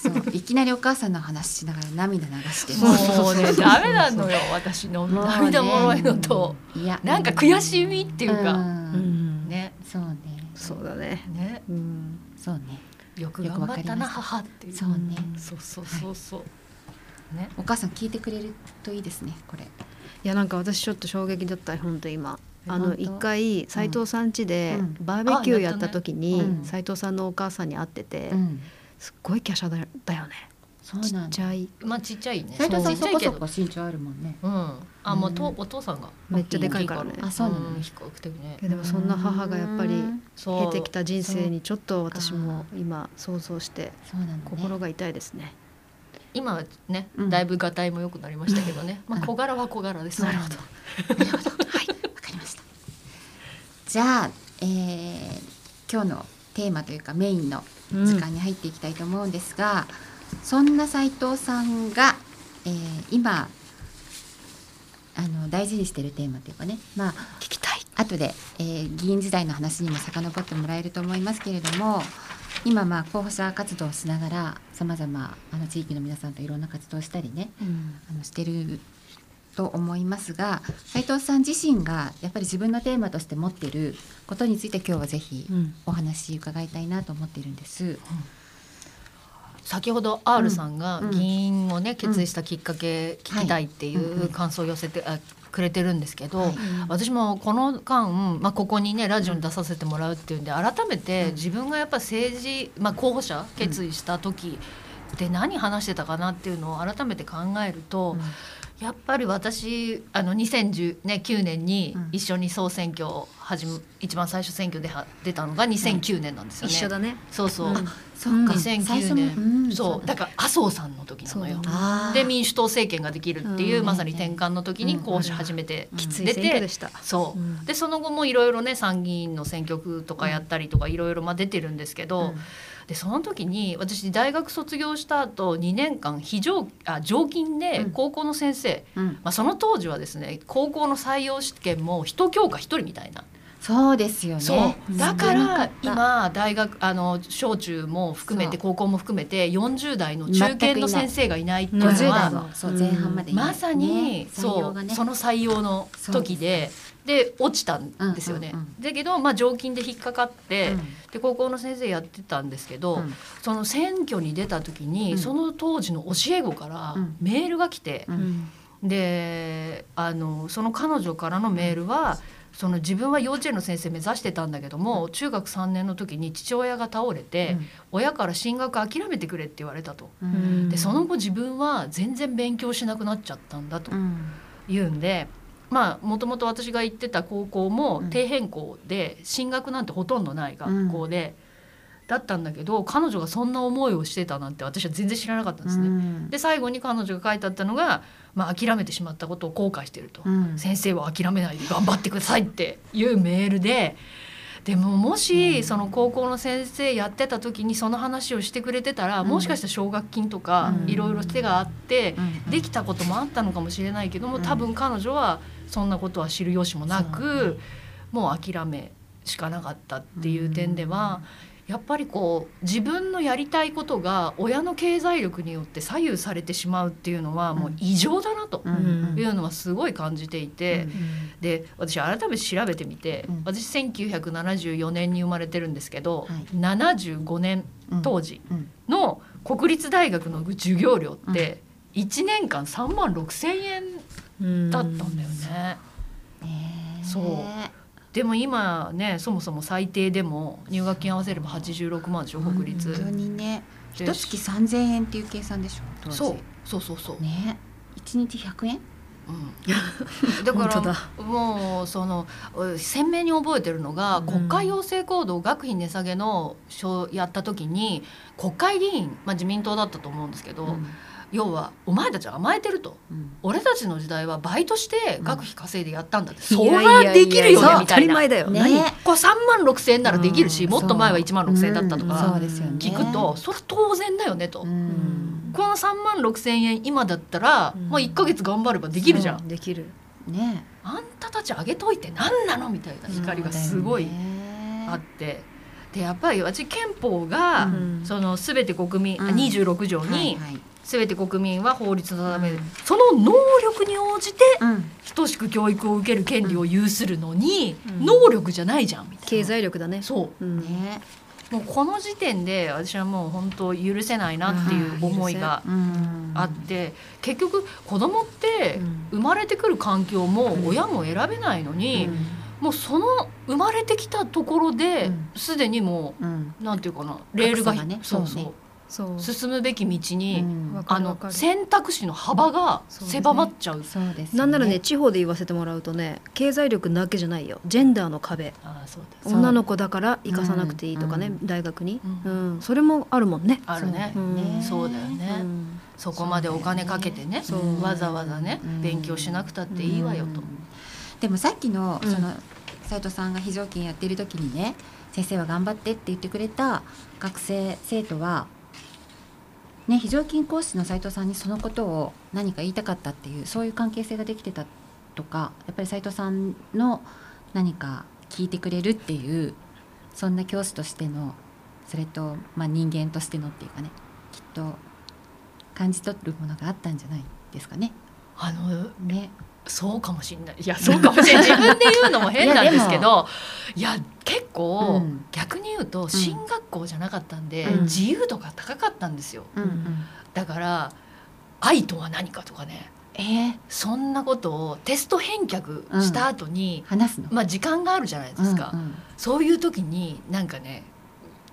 Speaker 2: そういきなりお母さんの話しながら涙流して
Speaker 3: もうねダメなのよ私の
Speaker 2: もうね
Speaker 3: 涙もろいのと
Speaker 2: いや
Speaker 3: なんか悔しみっていう
Speaker 2: う
Speaker 3: か、
Speaker 2: ん
Speaker 1: ね
Speaker 3: ね
Speaker 2: そうね
Speaker 1: そうだね
Speaker 3: ね
Speaker 1: うん
Speaker 2: そうね
Speaker 3: よく
Speaker 2: よくわ
Speaker 3: 頑張
Speaker 2: か
Speaker 3: っ
Speaker 2: り
Speaker 3: た
Speaker 2: ま
Speaker 3: な
Speaker 2: した
Speaker 3: 母っていう
Speaker 2: そうね
Speaker 3: そうそうそうそう、ね
Speaker 2: お母さん聞いてくれるといいですねこれ、
Speaker 1: いやなんか私ちょっと衝撃だった本当今
Speaker 2: え
Speaker 1: あ
Speaker 2: 本
Speaker 1: の
Speaker 2: 当
Speaker 1: 一回斉藤さん家で
Speaker 2: うん
Speaker 1: バーベキューやった時
Speaker 2: あやったねう
Speaker 1: に
Speaker 2: ん
Speaker 1: 斉藤さんのお母さんに会ってて
Speaker 2: ん、
Speaker 1: すっごい華奢だよだよね
Speaker 2: そう
Speaker 1: ち
Speaker 2: な
Speaker 1: っ
Speaker 2: ん
Speaker 1: ち
Speaker 2: だ
Speaker 1: ゃい
Speaker 3: まあちっちゃいね
Speaker 2: 斉藤さん
Speaker 3: ちっ
Speaker 2: そ
Speaker 3: ちゃい
Speaker 2: こ
Speaker 3: け
Speaker 2: そ
Speaker 3: ど
Speaker 2: こ身長あるもんね
Speaker 3: うんあもうと
Speaker 2: うん
Speaker 3: お父さんが
Speaker 1: めっちゃでかいからね
Speaker 2: あそうなの
Speaker 3: ん比較的ね
Speaker 1: いやでもそんな母がやっぱ
Speaker 2: う
Speaker 1: り
Speaker 2: ん
Speaker 3: そう
Speaker 1: 経てきた人生にちょっと私も
Speaker 2: そ
Speaker 1: 今想像して
Speaker 2: そうなのね
Speaker 1: 心が痛いですね
Speaker 3: 今はね、
Speaker 2: うん
Speaker 3: だいぶがたいも良くなりましたけどね、まあ小柄は小柄です。
Speaker 2: なるほど。なるほど。はい、わかりました。じゃあ、えー今日のテーマというかメインの
Speaker 1: うん
Speaker 2: 時間に入っていきたいと思うんですが、そんな斉藤さんが、えー今あの大事にしてるテーマというかね、まあ、
Speaker 1: 聞きたい
Speaker 2: 後で、えー議員時代の話にも遡ってもらえると思いますけれども今まあ候補者活動をしながらさまざまあの地域の皆さんといろんな活動をしたりねあのしてると思いますが斉藤さん自身がやっぱり自分のテーマとして持ってることについて今日はぜひ
Speaker 1: うん
Speaker 2: お話伺いたいなと思っているんです。
Speaker 3: 先ほど R さんが
Speaker 2: うん
Speaker 3: 議員をね決意したきっかけ聞きたいってい
Speaker 2: はいうんう
Speaker 3: うん感想を寄せてあくれてるんですけど、
Speaker 2: はい
Speaker 3: 私もこの間、まあ、ここにねラジオに出させてもらうっていうんで改め
Speaker 2: う
Speaker 3: て
Speaker 2: ん
Speaker 3: 自分がやっぱ政治、まあ、候補者決意した時で何話してたかなっていうのを改めて考えると、やっぱり私あの2019年に
Speaker 2: うん
Speaker 3: 一緒に総選挙を始め一番最初選挙では出たのが2009年なんですよね。
Speaker 1: 一緒だね
Speaker 3: そうそう、
Speaker 2: うん
Speaker 1: うん
Speaker 2: 最初
Speaker 3: 2009
Speaker 2: の
Speaker 3: 年、
Speaker 2: うん
Speaker 3: そうだから麻生さんの時な
Speaker 1: そう
Speaker 3: のよ。
Speaker 2: あー
Speaker 3: で民主党政権ができるっていう、
Speaker 1: うん
Speaker 3: まさに転換の時に
Speaker 2: うん
Speaker 3: 候補者初めて
Speaker 2: うん
Speaker 1: きつい
Speaker 3: 出
Speaker 1: 選挙で
Speaker 3: て、
Speaker 1: した
Speaker 3: そう、
Speaker 1: うん
Speaker 3: でその後もいろいろね参議院の選挙区とかやったりとかいろいろまあ出てるんですけど、でその時に私大学卒業した後2年間非常あ常勤で
Speaker 2: うん
Speaker 3: 高校の先生、
Speaker 2: うんうん
Speaker 3: まあ、その当時はですね高校の採用試験も一教科一人みたいな
Speaker 2: そうですよね。
Speaker 3: そうだか
Speaker 2: 少なった
Speaker 3: ら今大学あの小中も含めて
Speaker 2: そう
Speaker 3: 高校も含めて40代の中堅の先生がいないっていうの
Speaker 1: 全くい
Speaker 2: 50
Speaker 1: ない
Speaker 2: 代
Speaker 1: 50
Speaker 3: は
Speaker 2: のそう
Speaker 1: うん
Speaker 2: 前半までいない
Speaker 3: まさに
Speaker 2: ね採
Speaker 3: そ
Speaker 2: 用が
Speaker 3: う
Speaker 2: ね
Speaker 3: その採用の時でで落ちたんですよね。
Speaker 2: うんうん
Speaker 3: だけどまあ常勤で引っかかって、
Speaker 2: うん
Speaker 3: で高校の先生やってたんですけど、
Speaker 2: うん
Speaker 3: その選挙に出た時に、
Speaker 2: うん
Speaker 3: その当時の教え子から
Speaker 2: うん
Speaker 3: メールが来て、
Speaker 2: うん
Speaker 3: であのその彼女からのメールはその自分は幼稚園の先生目指してたんだけども中学3年の時に父親が倒れて、親から進学諦めてくれって言われたと。
Speaker 2: うん
Speaker 1: うん
Speaker 3: でその後自分は全然勉強しなくなっちゃったんだと
Speaker 2: うん
Speaker 3: いうんでまあもともと私が行ってた高校も
Speaker 2: うん
Speaker 3: 底辺校で進学なんてほとんどない学校で、だったんだけど彼女がそんな思いをしてたなんて私は全然知らなかったんですね。
Speaker 2: うん
Speaker 3: で最後に彼女が書いてあったのが、まあ、諦めてしまったことを後悔してると、
Speaker 2: うん
Speaker 3: 先生は諦めないで頑張ってくださいっていうメールででももしその高校の先生やってた時にその話をしてくれてたら、
Speaker 2: うん
Speaker 3: もしかしたら奨学金とか
Speaker 2: うん
Speaker 3: いろいろ手があって、
Speaker 2: うん
Speaker 3: できたこともあったのかもしれないけども
Speaker 2: うん
Speaker 3: 多分彼女はそんなことは知る由もな
Speaker 2: そう
Speaker 3: く、もう諦めしかなかったっていう点では。やっぱりこう自分のやりたいことが親の経済力によって左右されてしまうっていうのはもう異常だなと
Speaker 2: うんうん
Speaker 3: いうのはすごい感じていて、で私改めて調べてみて、
Speaker 2: うん
Speaker 3: 私1974年に生まれてるんですけど、
Speaker 2: はい
Speaker 3: 75年
Speaker 2: うん
Speaker 3: 当時
Speaker 2: うん
Speaker 3: の国立大学の授業料って1年間3万6千円だったんだよね。
Speaker 2: ねえ
Speaker 3: そうでも今ねそもそも最低でも入学金合わせれば86万でしょ国立。
Speaker 2: 本当にね
Speaker 3: で
Speaker 2: 一月三千円っていう計算でしょ当時
Speaker 3: そうそうそうそう、
Speaker 2: ね一日百円
Speaker 3: うん、だか
Speaker 1: 本当
Speaker 3: らもうそのう鮮明に覚えてるのが、
Speaker 1: うん
Speaker 3: 国会要請行動学費値下げの書やった時に国会議員、まあ、自民党だったと思うんですけど、
Speaker 2: うん
Speaker 3: 要は「お前たちは甘えてる」と。
Speaker 2: うん
Speaker 3: 俺たちの時代はバイトして学費稼いでやったんだって、
Speaker 1: い
Speaker 3: そ
Speaker 1: やいやい
Speaker 3: り
Speaker 1: や
Speaker 3: ゃできるよ
Speaker 1: そう
Speaker 3: ねみ
Speaker 1: 当
Speaker 3: たい
Speaker 1: たり
Speaker 3: な
Speaker 1: 前だよ、
Speaker 2: ね
Speaker 1: 何
Speaker 3: こう3万6千円ならできるし、
Speaker 2: うん
Speaker 3: もっと前は1万6千円だったと
Speaker 1: うん
Speaker 3: か
Speaker 2: そうですよね
Speaker 3: 聞くと、それ当然だよねと、
Speaker 2: うん
Speaker 3: この3万6千円今だったら、
Speaker 1: うん
Speaker 3: まあ、1か月頑張ればできるじゃん
Speaker 1: そうできる
Speaker 2: ね
Speaker 3: あんたたちあげといて何なのみたいな光がすごい
Speaker 2: そうだよね
Speaker 3: あって、でやっぱり私憲法が、
Speaker 1: うん
Speaker 3: その全て国民、あ
Speaker 2: うん
Speaker 3: 26条
Speaker 2: はい
Speaker 3: に
Speaker 2: はい
Speaker 3: 全て国民は法律の定める、
Speaker 2: うん
Speaker 3: その能力に応じて
Speaker 2: うん
Speaker 3: 等しく教育を受ける権利を有するのに、
Speaker 1: うん
Speaker 3: 能力じゃないじゃんみたいな。
Speaker 1: 経済力だね
Speaker 3: そう
Speaker 1: うん
Speaker 2: ね
Speaker 3: もうこの時点で私はもう本当許せないなっていう思いが
Speaker 2: うん
Speaker 3: あって、結局子供って
Speaker 1: うん
Speaker 3: 生まれてくる環境も親も選べないのに、もうその生まれてきたところで
Speaker 2: うん
Speaker 3: すで、にも
Speaker 2: うんうん
Speaker 3: うなんていうかなレールが
Speaker 2: 格差がね
Speaker 3: そう
Speaker 2: そうね
Speaker 3: そ
Speaker 1: そう
Speaker 3: う進むべき道に、
Speaker 2: うん
Speaker 1: わか
Speaker 3: あ
Speaker 1: るわ
Speaker 3: の
Speaker 1: かる
Speaker 3: 選択肢の幅が
Speaker 1: そうですね
Speaker 3: 狭まっちゃう。
Speaker 2: そうですよ
Speaker 1: なんならね地方で言わせてもらうとね経済力だけじゃないよジェンダーの壁
Speaker 3: あーそうで
Speaker 2: そ
Speaker 3: す
Speaker 2: う
Speaker 1: 女の子だから行かさなくていいとかね、
Speaker 2: うん
Speaker 1: 大学に、う
Speaker 3: うん
Speaker 1: それもあるもんね。
Speaker 3: あるね
Speaker 1: う
Speaker 3: そ
Speaker 1: ん
Speaker 3: う
Speaker 1: うん
Speaker 3: だよ
Speaker 1: う
Speaker 3: ね、
Speaker 1: ん
Speaker 3: そこまでお金かけてね
Speaker 1: そうだよねそう
Speaker 3: わざわざね、
Speaker 2: うん
Speaker 3: 勉強しなくたっていいわよと、
Speaker 2: うんでもさっきの
Speaker 1: うん
Speaker 2: その斉藤さんが非常勤やってる時にね先生は頑張ってって言ってくれた学生生徒は、ね、非常勤講師の斉藤さんにそのことを何か言いたかったっていうそういう関係性ができてたとかやっぱり斉藤さんの何か聞いてくれるっていうそんな教師としてのそれと、まあ、人間としてのっていうかねきっと感じ取るものがあったんじゃないですかね。
Speaker 3: あの
Speaker 2: ね
Speaker 3: そうかもしれないいやそうかもしれない自分で言うのも変なんですけどいや結
Speaker 2: う
Speaker 3: 構、
Speaker 2: ん
Speaker 3: 逆に言うと進学校じゃなかったんで、
Speaker 2: うん
Speaker 3: 自由度が高かったんですよ、
Speaker 2: うんうん
Speaker 3: だから愛とは何かとかね
Speaker 2: えー
Speaker 3: そんなことをテスト返却した後に、
Speaker 2: 話すの
Speaker 3: まあ時間があるじゃないですか、
Speaker 2: うんうん
Speaker 3: そういう時になんかね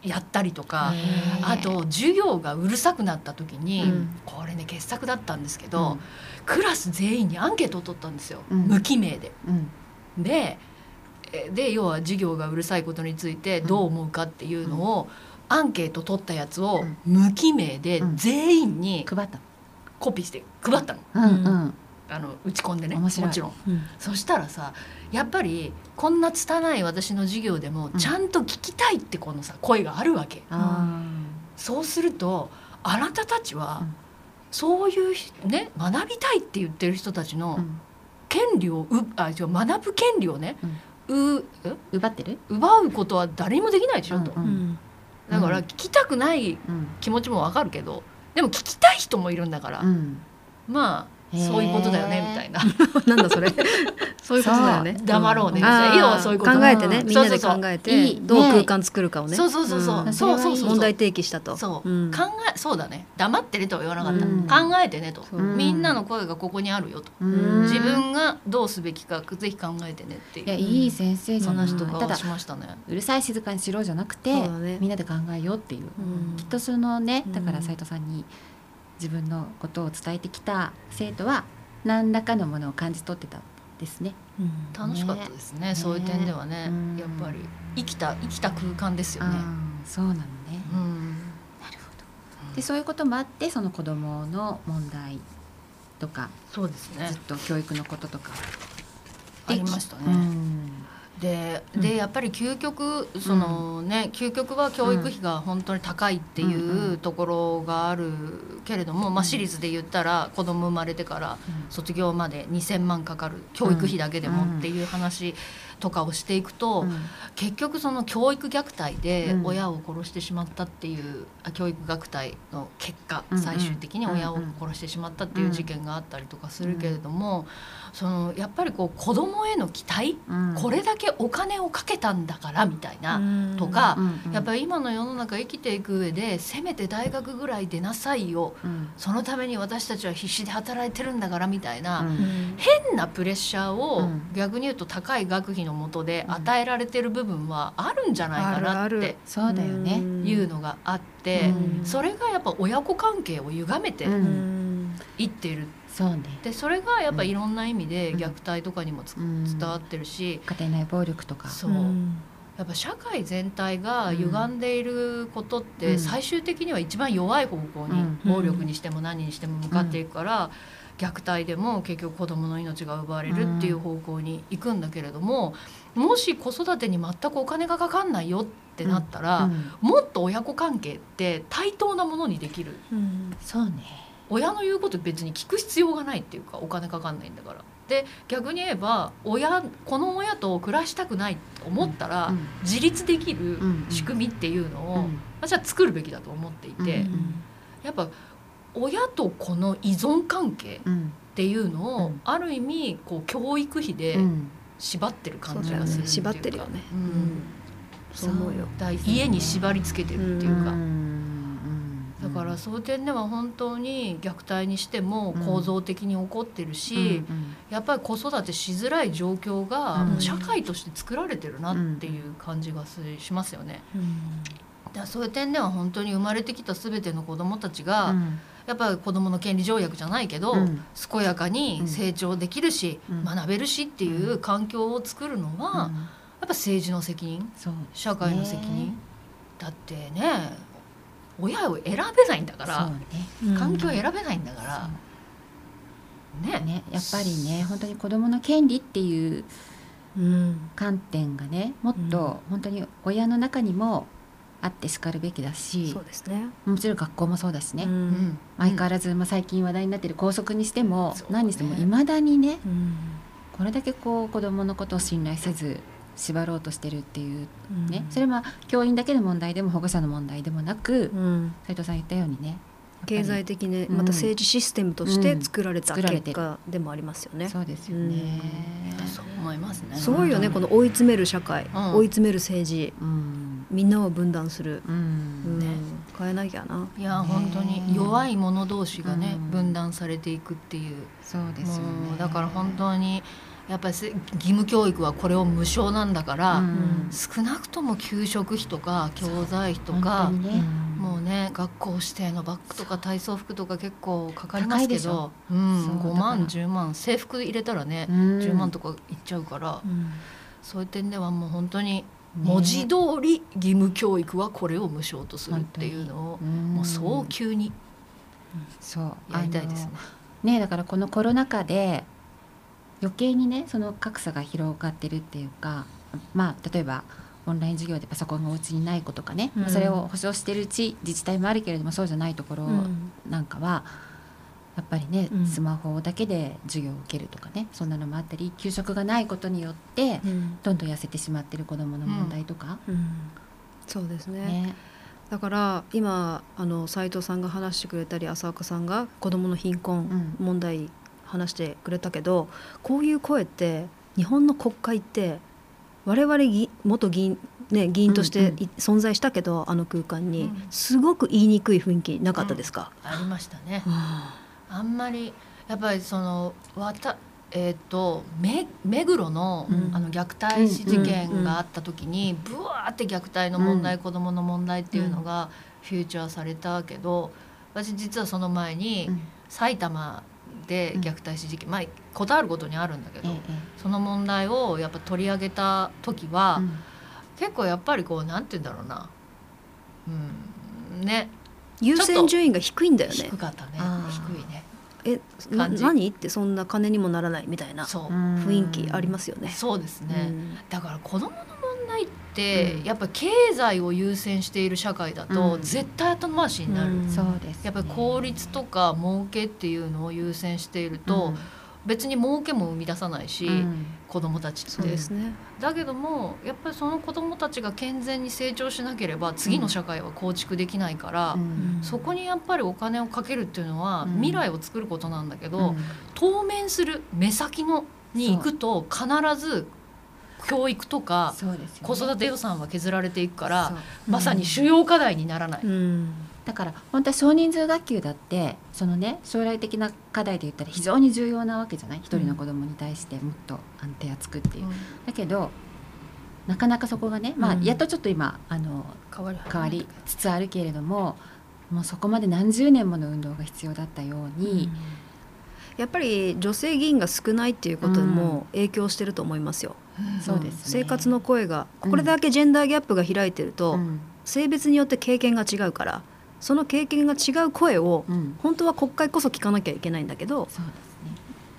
Speaker 3: やったりとか、
Speaker 2: へー
Speaker 3: あと授業がうるさくなった時に、
Speaker 2: うん
Speaker 3: これね傑作だったんですけど、クラス全員にアンケートを取ったんですよ、
Speaker 2: うん
Speaker 3: 無記名で。
Speaker 2: うんうん
Speaker 3: でえで要は授業がうるさいことについてどう思うかっていうのを、アンケート取ったやつを
Speaker 2: うん
Speaker 3: 無記名で
Speaker 2: うん
Speaker 3: 全員に
Speaker 2: 配った
Speaker 3: コピーして配ったの,、
Speaker 2: のうんうん
Speaker 3: あの打ち込んでね
Speaker 2: 面白い
Speaker 3: もちろん。
Speaker 1: うん
Speaker 3: そしたらさやっぱりこんな拙い私の授業でも
Speaker 2: うん
Speaker 3: ちゃんと聞きたいってこのさ声があるわけ。
Speaker 2: あ
Speaker 3: そうするとあなたたちは、
Speaker 2: うん
Speaker 3: そういうひね学びたいって言ってる人たち
Speaker 2: ー
Speaker 3: の
Speaker 2: うん
Speaker 3: 権利をうあ違う学ぶ権利をね、うえ
Speaker 2: 奪ってる
Speaker 3: 奪うことは誰にもできないでしょと、
Speaker 2: うん
Speaker 1: うん
Speaker 3: だから
Speaker 2: うん
Speaker 3: 聞きたくない
Speaker 2: うん
Speaker 3: 気持ちもわかるけどでも聞きたい人もいるんだから、
Speaker 2: うん
Speaker 3: まあそういうことだよねみたいな
Speaker 1: なんだそ れそういうことだよね
Speaker 2: そう
Speaker 3: 黙ろうねみ
Speaker 1: あ
Speaker 3: たいな
Speaker 1: ー
Speaker 3: 要はそういうこと
Speaker 1: 考えてねみんなで
Speaker 3: そうそ
Speaker 1: 考
Speaker 3: うそう
Speaker 1: え
Speaker 2: い
Speaker 1: て
Speaker 2: いね
Speaker 1: どう空間作るかをね
Speaker 3: そうそうそうそう、
Speaker 1: ん
Speaker 3: そうそうそう
Speaker 1: 問題提起したと
Speaker 3: そう、
Speaker 1: うん
Speaker 3: 考えそうだね黙ってねとは言わなかった、
Speaker 1: うん
Speaker 3: 考えてねと、
Speaker 1: そう
Speaker 3: みんなの声がここにあるよと、
Speaker 2: うん
Speaker 3: 自分がどうすべきかぜひ考えてねって
Speaker 2: いや
Speaker 3: いう
Speaker 2: いい先生じゃない
Speaker 3: 話と
Speaker 2: た
Speaker 3: か
Speaker 2: だ
Speaker 3: をしましたね。
Speaker 2: うるさい静かにしろじゃなくて
Speaker 1: そうだね
Speaker 2: みんなで考えようっていう
Speaker 1: うん
Speaker 2: きっとそのねだか
Speaker 1: う
Speaker 2: ら
Speaker 1: ん
Speaker 2: 斉藤さんに自分のことを伝えてきた生徒は何らかのものを感じ取ってたんですね
Speaker 1: うん
Speaker 3: 楽しかったですね
Speaker 2: ね
Speaker 3: そういう点ではね、
Speaker 2: うん
Speaker 3: やっぱり生きた生きた空間ですよね。
Speaker 2: あーそうなのね
Speaker 3: うん
Speaker 2: なるほどでそういうこともあってその子供の問題とか
Speaker 3: そうですね
Speaker 2: ずっと教育のこととか
Speaker 3: ありましたね。
Speaker 2: うん
Speaker 3: で
Speaker 2: うん
Speaker 3: でやっぱり究極そのね、究極は教育費が本当に高いって
Speaker 2: うん
Speaker 3: いううところがあるけれども、まあ、私立で言ったら子供生まれてから卒業まで2,000万かかる教育費だけで
Speaker 2: うん
Speaker 3: もっていう話とかをしていくと、
Speaker 2: うん
Speaker 3: 結局その教育虐待で
Speaker 2: うん
Speaker 3: 親を殺してしまったっていう、あ教育虐待の結果、
Speaker 2: うんうん
Speaker 3: 最終的に親を殺してしまったっていう事件があったりとかするけれども、そのやっぱりこう子供への期待、
Speaker 2: うん
Speaker 3: これだけお金をかけたんだからみたいな、
Speaker 1: うん
Speaker 3: とか
Speaker 2: うんうん
Speaker 3: やっぱり今の世の中生きていく上でせめて大学ぐらい出なさいよ
Speaker 2: うん
Speaker 3: そのために私たちは必死で働いてるんだからみたいな。
Speaker 2: うん
Speaker 1: うん
Speaker 3: 変なプレッシャー
Speaker 2: う
Speaker 3: を
Speaker 2: ん
Speaker 3: 逆に言うと高い学費のもとで
Speaker 2: うん
Speaker 3: 与えられてる部分はあるんじゃないかな
Speaker 1: あ
Speaker 3: っ
Speaker 1: るあ
Speaker 3: て
Speaker 1: る
Speaker 2: そうだよね
Speaker 3: いうのがあって
Speaker 2: うん
Speaker 3: それがやっぱ親子関係を歪めて
Speaker 2: うん
Speaker 1: うん
Speaker 3: いっている
Speaker 2: そうね
Speaker 3: でそれがやっぱ
Speaker 2: うん
Speaker 3: いろんな意味で
Speaker 2: うん
Speaker 3: 虐待とかにもつ
Speaker 2: うん
Speaker 3: 伝わってるし
Speaker 2: 家庭内暴力とか
Speaker 3: そううんやっぱ社会全体が歪んでいることっ
Speaker 2: う
Speaker 3: て
Speaker 2: ん
Speaker 3: 最終的には一番弱い方向に
Speaker 2: うん
Speaker 3: 暴力にしても何にしても向かっていくから虐待でも結局子どもの命が奪われるっていう方向に行くんだけれどももし子育てに全くお金がかかんないよってなった
Speaker 2: う
Speaker 3: ら
Speaker 2: ん
Speaker 3: もっと親子関係って対等なものにできる
Speaker 1: うん
Speaker 2: そうね
Speaker 3: 親の言うこと別に聞く必要がないっていうかお金かかんないんだから。で逆に言えば親この親と暮らしたくないと思ったら、
Speaker 2: うん
Speaker 3: 自立できる
Speaker 2: うん
Speaker 3: 仕組みっていうのを、
Speaker 2: うん
Speaker 3: 私は作るべきだと思っていて、
Speaker 2: うん
Speaker 3: やっぱ親と子の依存関係っ
Speaker 2: うん
Speaker 3: ていうのを、
Speaker 2: うん
Speaker 3: ある意味こう教育費で
Speaker 2: うん
Speaker 3: 縛ってる
Speaker 1: そ
Speaker 3: 感
Speaker 1: う
Speaker 3: じ
Speaker 1: だよ
Speaker 3: がする
Speaker 1: ね
Speaker 3: っていう
Speaker 1: 縛
Speaker 3: か
Speaker 1: ってるよね
Speaker 3: う
Speaker 1: うんんそう思うよ
Speaker 3: だから家に縛り付けてるっていうか、
Speaker 2: ん
Speaker 3: だからそういう点では本当に虐待にしても構造的に起こってるし、
Speaker 2: うん
Speaker 3: やっぱり子育てしづらい状況が
Speaker 2: うん
Speaker 3: もう社会として作られてるなっていう感じがすしますよね。だからそういう点では本当に生まれてきた全ての子どもたちが、
Speaker 2: うん
Speaker 3: やっぱり子どもの権利条約じゃないけど、
Speaker 2: うん
Speaker 3: 健やかに成長できるし、
Speaker 2: うん
Speaker 3: 学べるしっていう環境を作るのは、
Speaker 2: う
Speaker 3: や
Speaker 2: ん
Speaker 3: っぱ政治の責任
Speaker 2: そう
Speaker 3: 社会の責任、
Speaker 2: ね
Speaker 3: だってね親を選べないんだか
Speaker 2: そう
Speaker 3: ら、
Speaker 2: ね
Speaker 3: 環境を選べないんだから、ね
Speaker 2: ねやっぱりね本当に子どもの権利っていう
Speaker 1: うん
Speaker 2: 観点がねもっと本当に親の中にもあってしかるべきだし
Speaker 1: そう、ですね
Speaker 2: もちろん学校もそうだしね、
Speaker 1: う
Speaker 3: うんん
Speaker 2: 相変わらず、まあ、最近話題になってる校則にしても、
Speaker 3: そうね
Speaker 2: 何にしてもいまだにね
Speaker 1: うん
Speaker 2: これだけこう子どものことを信頼せず縛ろうとしてるっていう
Speaker 1: うん
Speaker 2: ね、それは教員だけの問題でも保護者の問題でもなく、
Speaker 1: うん
Speaker 2: 斉藤さん言ったようにね
Speaker 1: 経済的に
Speaker 2: うん
Speaker 1: また政治システムとして作られた
Speaker 2: うん作られ
Speaker 1: 結
Speaker 2: てる
Speaker 1: 果でもありますよね。
Speaker 2: そうですよね、
Speaker 3: そう思いますね。
Speaker 1: すごいよねこの追い詰める社会、
Speaker 3: ん
Speaker 1: 追い詰める政治
Speaker 2: うん
Speaker 1: みんなを分断する、う
Speaker 2: う
Speaker 1: ん
Speaker 2: ん
Speaker 1: 変えなきゃな。
Speaker 3: いや本当
Speaker 2: ね
Speaker 3: に弱い者同士がね、
Speaker 2: うん
Speaker 3: 分断されていくっていう
Speaker 2: そうですよ
Speaker 3: も
Speaker 2: ね
Speaker 3: うだから本当にやっぱりせ義務教育はこれを無償なんだから、
Speaker 2: うん
Speaker 3: 少なくとも給食費とか教材費とか
Speaker 2: 本当、にね
Speaker 3: もうね学校指定のバッグとか体操服とか結構かかりますけど、うん、
Speaker 2: そう
Speaker 3: 5
Speaker 2: だ
Speaker 3: 万
Speaker 2: から
Speaker 3: 10万制服入れたらね、
Speaker 2: うん
Speaker 3: 10万とかいっちゃうから、そういう点ではもう本当に
Speaker 2: ね
Speaker 3: 文字通り義務教育はこれを無償とするっていうのを、
Speaker 2: ん
Speaker 3: もう早急に
Speaker 2: そう
Speaker 3: やりたいですね。
Speaker 2: あのねだからこのコロナ禍で余計にねその格差が広がってるっていうかまあ例えばオンライン授業でパソコンがお家にない子とかね、
Speaker 1: うん
Speaker 2: それを保障してるうち自治体もあるけれどもそうじゃないところ
Speaker 1: うん
Speaker 2: なんかは、やっぱりね、
Speaker 1: うん
Speaker 2: スマホだけで授業を受けるとかねそんなのもあったり給食がないことによって
Speaker 1: うん
Speaker 2: どんどん痩せてしまってる子どもの問題とか、
Speaker 1: うんそうですね
Speaker 2: ね
Speaker 1: だから今あの斉藤さんが話してくれたり浅岡さんが子どもの貧困問題話してくれたけど、こういう声って日本の国会って我々議元議員,、ね、議員としてい、
Speaker 2: うんうん
Speaker 1: 存在したけどあの空間に、
Speaker 3: うん
Speaker 1: すごく言いにくい雰囲気なかったですか、
Speaker 3: ありましたね。
Speaker 1: あ
Speaker 3: あんまりやっぱりそのわたえっ、とめ目黒の,、
Speaker 1: うん
Speaker 3: あの虐待死事件があった時に、ぶわーって虐待の問題、
Speaker 2: う
Speaker 3: 子どもの問題っていうのがフューチャーされたけど私実はその前に
Speaker 2: うん
Speaker 3: 埼玉で虐待死事件、まあことあることにあるんだけ
Speaker 2: え
Speaker 3: ど、
Speaker 2: え
Speaker 3: その問題をやっぱ取り上げた時
Speaker 2: ええ
Speaker 3: は、
Speaker 2: うん
Speaker 3: 結構やっぱりこうなんて言うんだろうな、うん、ね
Speaker 1: ー優先順位が低いんだよね
Speaker 3: 低かったね
Speaker 2: あー
Speaker 3: 低いね
Speaker 1: えな
Speaker 3: 感じ
Speaker 1: 何ってそんな金にもならないみたいな
Speaker 3: そう、
Speaker 1: 雰囲気ありますすよね。
Speaker 3: そうですね、
Speaker 1: うん
Speaker 3: だから子どもの問題って、
Speaker 2: うん
Speaker 3: やっぱ経済を優先している社会だと、
Speaker 2: うん
Speaker 3: 絶対後回しになる、
Speaker 1: うん
Speaker 2: そうですね、
Speaker 3: やっぱり効率とか儲けっていうのを優先している
Speaker 2: う
Speaker 3: と、
Speaker 2: ん
Speaker 3: 別に儲けも生み出さないし、
Speaker 2: うん
Speaker 3: 子どもたち
Speaker 1: そ
Speaker 3: っ
Speaker 1: う
Speaker 3: て
Speaker 1: ですね。
Speaker 3: だけどもやっぱりその子どもたちが健全に成長しなければ次の社会は構築できないから、
Speaker 2: うん
Speaker 3: そこにやっぱりお金をかけるっていうのは、
Speaker 2: うん
Speaker 3: 未来を作ることなんだけど、
Speaker 2: うん
Speaker 3: 当面する目先のに行くと必ず教育とか
Speaker 2: そうですよね
Speaker 3: 子育て予算は削られていくから
Speaker 2: そう
Speaker 3: まさに主要課題にならない、
Speaker 1: うん
Speaker 2: だから本当は少人数学級だってそのね将来的な課題で言ったら非常に重要なわけじゃない一人の子供に対してもっと安定厚くっていう、だけどなかなかそこがね、まあ、
Speaker 1: うん
Speaker 2: やっとちょっと今あの
Speaker 3: 変わり
Speaker 2: 変わりつつあるけれどももうそこまで何十年もの運動が必要だったように、
Speaker 1: やっぱり女性議員が少ないっていうことも影響してると思いますよ。
Speaker 2: そうですね
Speaker 1: 生活の声が
Speaker 2: うん
Speaker 1: これだけジェンダーギャップが開いてると、
Speaker 2: うん
Speaker 1: 性別によって経験が違うからその経験が違う声を
Speaker 2: うん
Speaker 1: 本当は国会こそ聞かなきゃいけないんだけど
Speaker 2: そうですね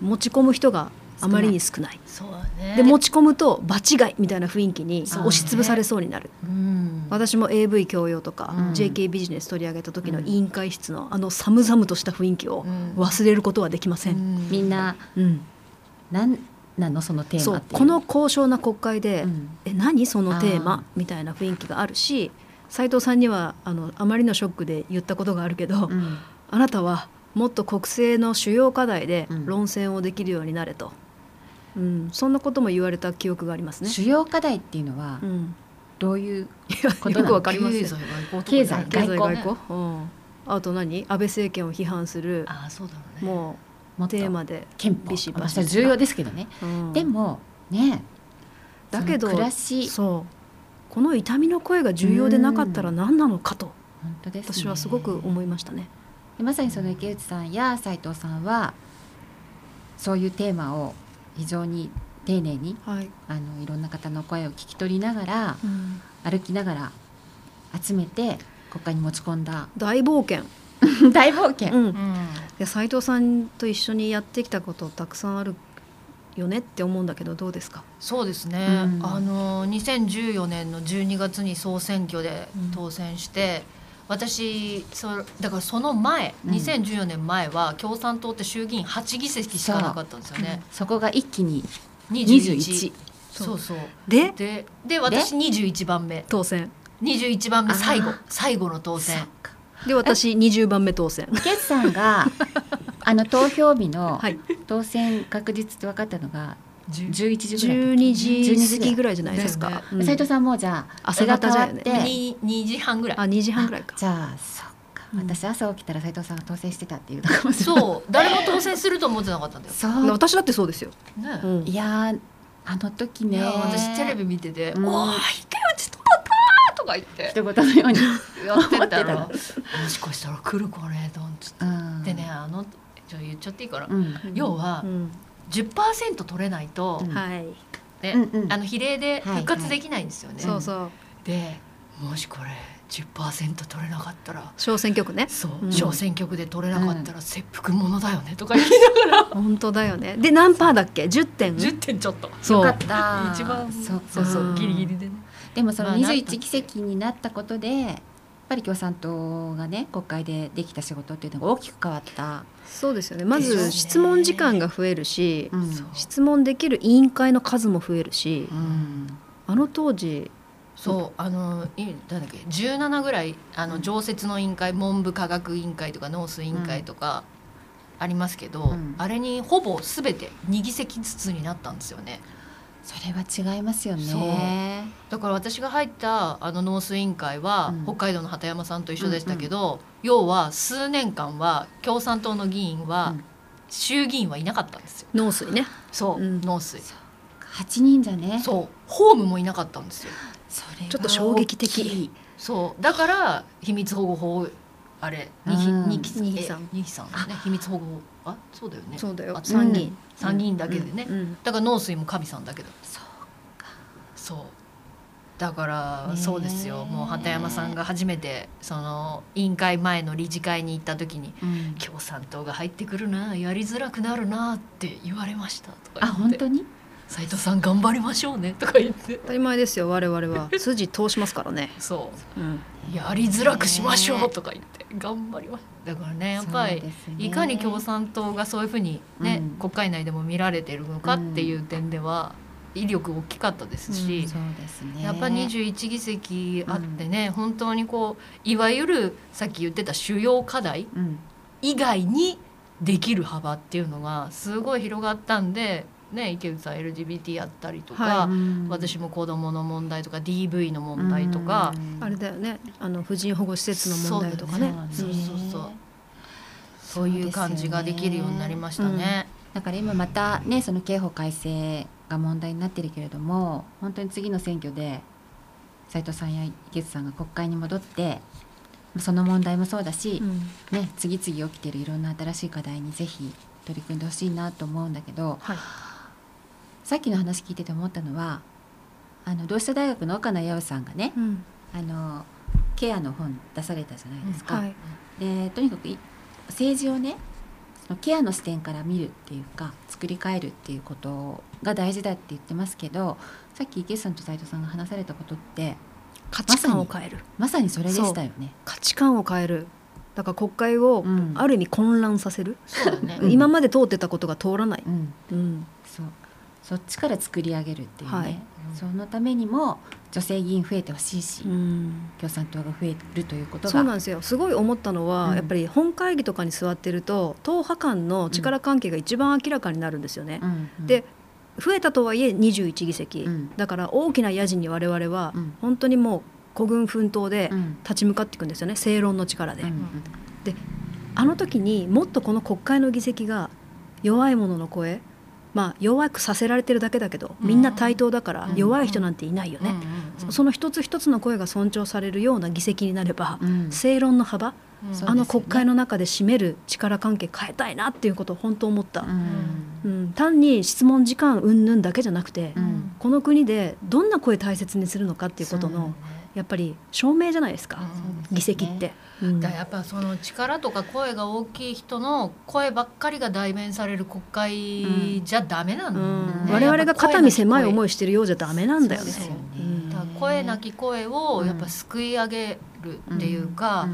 Speaker 1: 持ち込む人があまりに少ない。
Speaker 3: そうだね
Speaker 1: で持ち込むと場違いみたいな雰囲気に
Speaker 2: そう
Speaker 1: 押しつぶされそうになる。
Speaker 3: うん
Speaker 1: 私も AV 教養とか、
Speaker 2: うん
Speaker 1: JK ビジネス取り上げた時の
Speaker 2: うん
Speaker 1: 委員会室のあの寒々とした雰囲気を
Speaker 3: うん
Speaker 1: 忘れることはできません、
Speaker 2: みんな
Speaker 1: うん
Speaker 2: 何なのそのテー
Speaker 1: そ
Speaker 2: マっ
Speaker 1: う
Speaker 2: ていう
Speaker 1: この高尚な国会で、
Speaker 2: うん
Speaker 1: え何そのテー
Speaker 2: あー
Speaker 1: マみたいな雰囲気があるし斉藤さんにはあのあまりのショックで言ったことがあるけど、
Speaker 2: うん
Speaker 1: あなたはもっと国政の主要課題で
Speaker 2: うん
Speaker 1: 論戦をできるようになれと、うん、そんなことも言われた記憶がありますね。
Speaker 2: 主要課題っていうのは
Speaker 1: うん、
Speaker 2: どういうことなの
Speaker 1: よくわかります
Speaker 3: 経
Speaker 1: よ
Speaker 3: 済外交とか
Speaker 2: 経済
Speaker 1: 経済外
Speaker 2: 外
Speaker 1: 交、うん、あと何安倍政権を批判する
Speaker 3: ああそうだろうね
Speaker 1: も
Speaker 2: も
Speaker 1: う
Speaker 2: っと
Speaker 1: テーマで、
Speaker 2: 憲法
Speaker 1: ビシバシ
Speaker 2: まあそれは重要ですけどね
Speaker 1: うん
Speaker 2: でもね
Speaker 1: だけど
Speaker 2: その暮らし
Speaker 1: そうこの痛みの声が重要でなかったら何なのかと
Speaker 2: 本当です、ね、
Speaker 1: 私はすごく思いましたね。
Speaker 2: でまさにその池内さんや斉藤さんはそういうテーマを非常に丁寧に
Speaker 1: はい、
Speaker 2: あのいろんな方の声を聞き取りながら歩きながら集めて国会に持ち込 んだ
Speaker 1: 大冒険、
Speaker 2: 大冒険、
Speaker 1: うん
Speaker 3: うん
Speaker 1: で斉藤さんと一緒にやってきたことたくさんあるよねって思うんだけどどうですか
Speaker 3: そうですね、
Speaker 2: うん
Speaker 3: あの2014年の12月に総選挙で当選して、私そだからその前
Speaker 2: うん
Speaker 3: 2014年前は共産党って衆議院8議席しかなかったんですよね。
Speaker 2: そこが一気に
Speaker 3: 21
Speaker 2: 21
Speaker 3: そうそう
Speaker 1: で
Speaker 3: でで私21番目
Speaker 1: 当選
Speaker 3: 21番目最後
Speaker 2: あー
Speaker 3: 最後の当選
Speaker 1: で私20番目当選
Speaker 2: ケツさ んがあの投票日の
Speaker 1: はい
Speaker 2: 当選確実って分かったのが
Speaker 3: 10
Speaker 2: 11時ぐらい
Speaker 1: 12時
Speaker 2: 12
Speaker 1: 過ぎぐらいじゃないです
Speaker 3: ですね
Speaker 1: か、
Speaker 2: 斉藤さんもじゃあ
Speaker 1: 朝方
Speaker 2: 日が
Speaker 1: だよ
Speaker 2: 変わっ
Speaker 1: ね
Speaker 2: て
Speaker 3: に2時半ぐらい
Speaker 1: あ2時半ぐらいか
Speaker 2: じゃあそっか、
Speaker 1: うん
Speaker 2: 私朝起きたら斉藤さんが当選してたっていうの かもしれない
Speaker 3: そう誰も当選すると思ってなかったんだよ、
Speaker 2: そう
Speaker 1: 私だってそうですよ、
Speaker 3: ね
Speaker 1: うん
Speaker 2: いやーあの時
Speaker 3: い
Speaker 2: ね
Speaker 3: や私テレビ見てて「
Speaker 2: うん
Speaker 3: おー池内とった!」とか言って
Speaker 2: 一言のように、
Speaker 3: やってた
Speaker 2: 思
Speaker 3: らもしかしたら来るこれどんつっ
Speaker 2: うん、
Speaker 3: てねあのちょ言っちゃっていいから、
Speaker 2: うん、うん
Speaker 3: 要は
Speaker 1: うん
Speaker 3: 10%取れないと
Speaker 2: う、ん
Speaker 1: はい、
Speaker 3: ね
Speaker 2: うんうん
Speaker 3: あの比例で
Speaker 2: はい
Speaker 3: 復活できないんですよね。
Speaker 1: そうそう
Speaker 3: でもしこれ10%取れなかったら
Speaker 1: 小選挙区ね
Speaker 3: そう、
Speaker 1: うん
Speaker 3: 小選挙区で取れなかったら切腹者だよねとか言いながら、
Speaker 1: 本当だよねで何パーだっけ10点
Speaker 3: 10点ちょっと。
Speaker 1: そ
Speaker 2: よか
Speaker 1: う
Speaker 2: っ、た
Speaker 3: 一番
Speaker 2: そっか
Speaker 3: そうそう
Speaker 1: うん
Speaker 3: ギリギリでね。
Speaker 2: でもその
Speaker 3: まあなんと
Speaker 2: 21議席になったことでやっぱり共産党がね国会でできた仕事っていうのが大きく変わった、
Speaker 1: そうですよねま
Speaker 3: でしょうね
Speaker 1: ず質問時間が増えるし、
Speaker 2: うん
Speaker 3: そう
Speaker 1: 質問できる委員会の数も増えるし、
Speaker 2: うん
Speaker 1: あの当時
Speaker 3: そうあのいなんだっけ17ぐらいあ
Speaker 2: う
Speaker 3: の
Speaker 2: ん
Speaker 3: 常設の委員会文部科学委員会とか農水委員会とかありますけど、
Speaker 2: うん
Speaker 3: あれにほぼ全て2議席ずつになったんですよね
Speaker 2: それは違いますよね
Speaker 3: そうだから私が入ったあの農水委員会は、
Speaker 2: うん
Speaker 3: 北海道の鳩山さんと一緒でしたけど、要は数年間は共産党の議員は、
Speaker 2: うん
Speaker 3: 衆議院はいなかったんですよ
Speaker 1: 農水ね
Speaker 3: そう、
Speaker 1: うん
Speaker 3: 農水
Speaker 2: 8人じゃね
Speaker 3: そうホームもいなかったんですよ
Speaker 2: それが
Speaker 1: ちょっと衝撃的
Speaker 2: 大きい
Speaker 3: そうだから秘密保護法あれにひ
Speaker 2: うん
Speaker 3: にき
Speaker 1: にひさん
Speaker 3: えにひさんね秘密保護法あそうだよね
Speaker 1: そうだよ
Speaker 3: あ
Speaker 1: う
Speaker 3: 参
Speaker 1: ん
Speaker 3: 議院参議院だけでね
Speaker 1: うんうん
Speaker 3: だから農水も神さんだけど
Speaker 2: そう
Speaker 3: そうだから
Speaker 2: ねえ
Speaker 3: そうですよもう畑山さんが初めてその委員会前の理事会に行った時に
Speaker 2: うん
Speaker 3: 「共産党が入ってくるなやりづらくなるな」って言われましたと
Speaker 2: あ
Speaker 3: か言っ
Speaker 2: 本
Speaker 3: て
Speaker 2: 当に
Speaker 3: 「斉藤さん頑張りましょうね」とか言って
Speaker 1: 当たり前ですよ我々 は筋通しますからね、
Speaker 3: そ
Speaker 1: うん、
Speaker 3: う「やりづらくしましょう」とか言って頑張りましただからねやっぱり
Speaker 2: そうですね
Speaker 3: いかに共産党がそういうふうに、ね
Speaker 2: うん
Speaker 3: 国会内でも見られてるのかっていう点では威力大きかったですし、
Speaker 2: そうですね
Speaker 3: やっぱり21議席あってね、本当にこういわゆるさっき言ってた主要課題
Speaker 2: うん
Speaker 3: 以外にできる幅っていうのがすごい広がったんで、ね、池内さん LGBT やったりとか、
Speaker 1: は
Speaker 2: うん
Speaker 3: 私も子どもの問題とか DV の問題とか、
Speaker 2: うん
Speaker 1: あれだよねあの婦人保護施設の問題とか
Speaker 3: だ
Speaker 1: ね
Speaker 3: よ
Speaker 2: そう
Speaker 3: ね
Speaker 2: ね
Speaker 3: そうそうそうそういう感じができるようになりましたね。
Speaker 2: だから今またねその刑法改正が問題になってるけれども本当に次の選挙で斉藤さんや池津さんが国会に戻ってその問題もそうだし
Speaker 1: う、ん
Speaker 2: ね、次々起きてるいろんな新しい課題にぜひ取り組んでほしいなと思うんだけど
Speaker 1: はい
Speaker 2: さっきの話聞いてて思ったのはあの同志社大学の岡野弥生さんがね
Speaker 1: うん
Speaker 2: あのケアの本出されたじゃないですか。
Speaker 1: はい
Speaker 2: でとにかくい政治をねそのケアの視点から見るっていうか作り変えるっていうことが大事だって言ってますけどさっき池内さんと斉藤さんが話されたことって
Speaker 1: 価値観を変える
Speaker 2: まさにそれでしたよね。
Speaker 1: 価値観を変えるだから国会を
Speaker 2: うん
Speaker 1: ある意味混乱させる、
Speaker 3: そうだね
Speaker 2: うん
Speaker 1: 今まで通ってたことが通らない、
Speaker 2: うん、
Speaker 1: うん
Speaker 2: そうそっちから作り上げるっていうね、
Speaker 1: はい
Speaker 2: そのためにも女性議員増えてほしいし、
Speaker 1: うん
Speaker 2: 共産党が増えるということ
Speaker 1: そうな
Speaker 2: が
Speaker 1: んですよすごい思ったのは、
Speaker 2: うん
Speaker 1: やっぱり本会議とかに座ってると党派間の力関係が一番明らかになるんですよね、
Speaker 2: うんうん
Speaker 1: で増えたとはいえ21議席、
Speaker 2: うん
Speaker 1: だから大きな野人に我々は
Speaker 2: うん
Speaker 1: 本当にもう孤軍奮闘で
Speaker 2: うん
Speaker 1: 立ち向かっていくんですよね正論の力で、
Speaker 2: うん
Speaker 1: あの時にもっとこの国会の議席が弱い者の声まあ弱くさせられてるだけだけどみんな対等だから
Speaker 3: うん
Speaker 1: 弱い人なんていないよね、
Speaker 3: うんうんうん
Speaker 1: その一つ一つの声が尊重されるような議席になれば、
Speaker 2: うん
Speaker 1: 正論の幅、
Speaker 3: うん
Speaker 2: そう
Speaker 1: あ
Speaker 2: で
Speaker 1: の
Speaker 2: すよ
Speaker 1: 国
Speaker 2: ね
Speaker 1: 会の中で占める力関係変えたいなっていうことを本当思った、
Speaker 2: うん
Speaker 1: うん、単に質問時間云々だけじゃなくて、
Speaker 2: うん
Speaker 1: この国でどんな声大切にするのかっていうことのやっぱり証明じゃないですか、
Speaker 3: う
Speaker 1: 議席って。うん
Speaker 3: だからやっぱその力とか声が大きい人の声ばっかりが代弁される国会じゃダメなんだ
Speaker 1: う
Speaker 3: よね、
Speaker 1: ん
Speaker 2: ね
Speaker 1: 我々が肩身狭い思
Speaker 3: い
Speaker 1: いしてるようじゃダメなんだよね。
Speaker 3: そうそう
Speaker 1: うん
Speaker 3: だから声なき声をやっぱすくい上げるっていうか、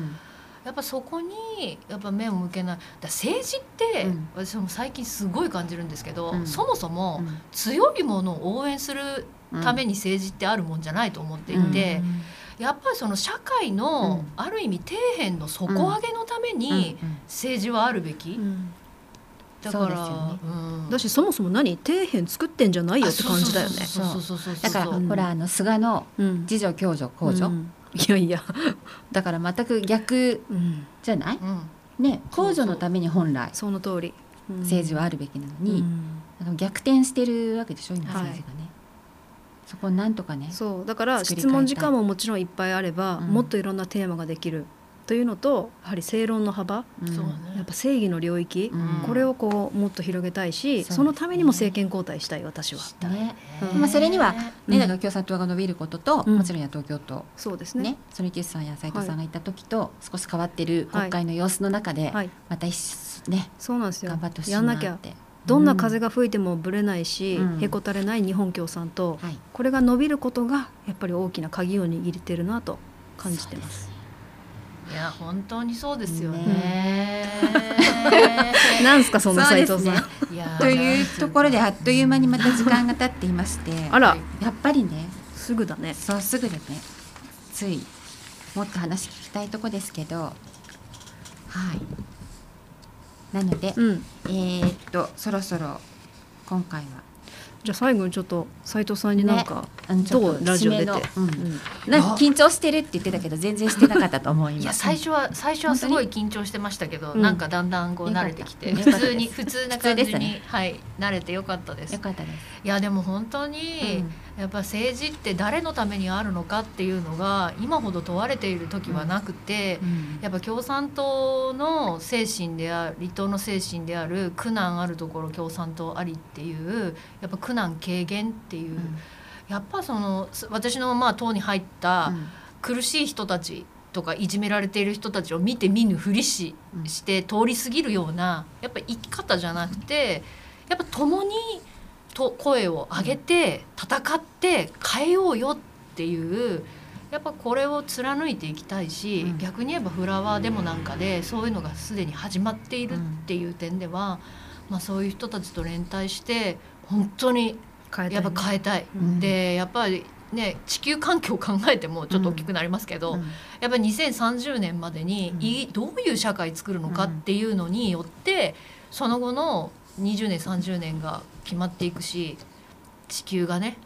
Speaker 3: やっぱそこにやっぱ目を向けないだから政治って、
Speaker 2: うん
Speaker 3: 私も最近すごい感じるんですけど、
Speaker 2: うん
Speaker 3: そもそも強いものを応援するために政治ってあるもんじゃないと思っていて、やっぱりその社会
Speaker 2: う
Speaker 3: の
Speaker 2: ん
Speaker 3: ある意味底辺の底上げのために政治はあるべき、
Speaker 1: うん
Speaker 3: だから
Speaker 2: そうですよね
Speaker 3: うん
Speaker 1: だしそもそも何底辺作ってんじゃないよって感じだよね。
Speaker 3: そうそうそうそうそう
Speaker 2: だから
Speaker 3: そう
Speaker 2: ほらあの菅の
Speaker 1: うん
Speaker 2: 自助共助公助、
Speaker 1: うんいやいや、
Speaker 2: だから全く逆
Speaker 1: うん
Speaker 2: じゃない
Speaker 3: うん
Speaker 2: ね公助のために本来
Speaker 1: その通り。うん
Speaker 2: 政治はあるべきなの
Speaker 1: う
Speaker 2: に、
Speaker 1: ん
Speaker 2: あの逆転してるわけでしょ今
Speaker 1: はい
Speaker 2: 政治がね、そこをなんとかね
Speaker 1: そうだから
Speaker 2: 作り
Speaker 1: 質
Speaker 2: 変えたい
Speaker 1: 問時間ももちろんいっぱいあれば、
Speaker 2: うん
Speaker 1: もっといろんなテーマができるというのとやはり正論の幅
Speaker 2: うん
Speaker 3: そうね
Speaker 1: やっぱ正義の領域、
Speaker 2: うん
Speaker 1: これをこうもっと広げたいし
Speaker 2: そう
Speaker 1: そのためにも政権交代したい私は。
Speaker 3: したいね
Speaker 1: うんまあ
Speaker 2: それには
Speaker 1: うん
Speaker 2: ねだから共産党が伸びることと、
Speaker 1: うん
Speaker 2: もちろん野党共闘
Speaker 1: そうですね
Speaker 2: ね、ソリティスさんや斉藤さんがいた時と少し変わってる国会の様子の中で、
Speaker 1: はい
Speaker 2: また一緒ね
Speaker 1: そうなんですよ
Speaker 2: 頑張ってほしい
Speaker 1: やん
Speaker 2: な
Speaker 1: な
Speaker 2: っ
Speaker 1: き
Speaker 2: て
Speaker 1: ゃどんな風が吹いてもぶれないし、
Speaker 2: うん
Speaker 1: へこたれない日本共産党、
Speaker 2: うんはい
Speaker 1: これが伸びることがやっぱり大きな鍵を握れてるなと感じてます。
Speaker 3: いや本当にそうですよね
Speaker 1: なんすかそんな
Speaker 2: そう
Speaker 1: 斉
Speaker 2: です
Speaker 1: 藤
Speaker 2: ね
Speaker 1: さん。
Speaker 3: いや
Speaker 2: というところであっという間にまた時間が経っていまして
Speaker 1: あら
Speaker 2: やっぱりね
Speaker 1: すぐだね。
Speaker 2: そうすぐでねついもっと話聞きたいとこですけどはいなので、
Speaker 1: うん。
Speaker 2: えー、っとそろそろ今回は
Speaker 1: じゃあ最後にちょっと斉藤さんになんか、
Speaker 2: あのちょっと
Speaker 1: どうラジオ出て
Speaker 2: 締めのうん
Speaker 1: うん
Speaker 2: なんか緊張してるって言ってたけど全然してなかったと思います。
Speaker 3: いや最初は最初はすごい緊張してましたけど、
Speaker 1: うん
Speaker 3: なんかだんだんこう慣れてきて、
Speaker 2: よかっ
Speaker 3: 普
Speaker 2: た
Speaker 3: 通に普通な感じ
Speaker 2: 普
Speaker 3: に、
Speaker 2: 通ですね
Speaker 3: はい慣れてよかったです。
Speaker 2: よ
Speaker 3: い
Speaker 2: かったで
Speaker 3: やでも本当
Speaker 2: す。
Speaker 3: に、やっぱ政治って誰のためにあるのかっていうのが今ほど問われている時はなくて、
Speaker 2: うん
Speaker 3: やっぱ共産党の精神である離党の精神である苦難あるところ共産党ありっていうやっぱ苦難軽減っていう、やっぱそのす私のまあ党に入った、苦しい人たちとかいじめられている人たちを見て見ぬふりし
Speaker 2: うん
Speaker 3: して通り過ぎるようなやっぱ生き方じゃなくてやっぱ共にと声を上げて戦って変えようよっていうやっぱこれを貫いていきたいし、
Speaker 2: うん
Speaker 3: 逆に言えばフラワーデモなんかでそういうのがすでに始まっているっていう点では、まあ、そういう人たちと連帯して本当に
Speaker 1: 変えたいね
Speaker 3: やっぱ変えたい。
Speaker 2: うん
Speaker 3: でやっぱりね地球環境を考えてもちょっと大きくなりますけど、
Speaker 2: うん
Speaker 3: やっぱり2030年までにいどういう社会作るのかっていうのによってその後の20年30年が決まっていくし地球がね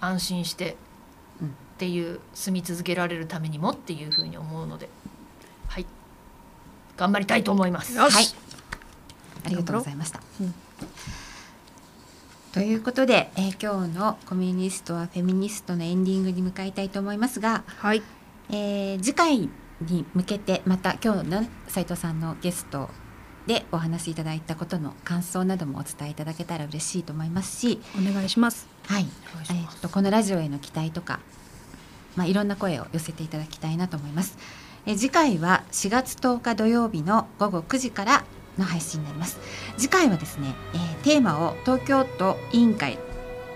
Speaker 3: 安心して
Speaker 2: うん
Speaker 3: っていう住み続けられるためにもっていうふうに思うのではい頑張りたいと思います。
Speaker 1: よし
Speaker 2: はいありがとうございました。
Speaker 1: うん
Speaker 2: ということで、えー今日のコミュニストはフェミニストのエンディングに向かいたいと思いますが、
Speaker 1: はい。
Speaker 2: えー次回に向けてまた今日の斉藤さんのゲストでお話しいただいたことの感想などもお伝えいただけたら嬉しいと思いますし、
Speaker 1: お願いします。
Speaker 2: はい、
Speaker 3: お願い
Speaker 2: え
Speaker 3: し
Speaker 2: ー
Speaker 3: ま
Speaker 2: っ
Speaker 3: す
Speaker 2: とこのラジオへの期待とか、まあ、いろんな声を寄せていただきたいなと思います。えー次回は4月10日土曜日の午後9時からの配信になります。次回はですね、えーテーマを東京都委員会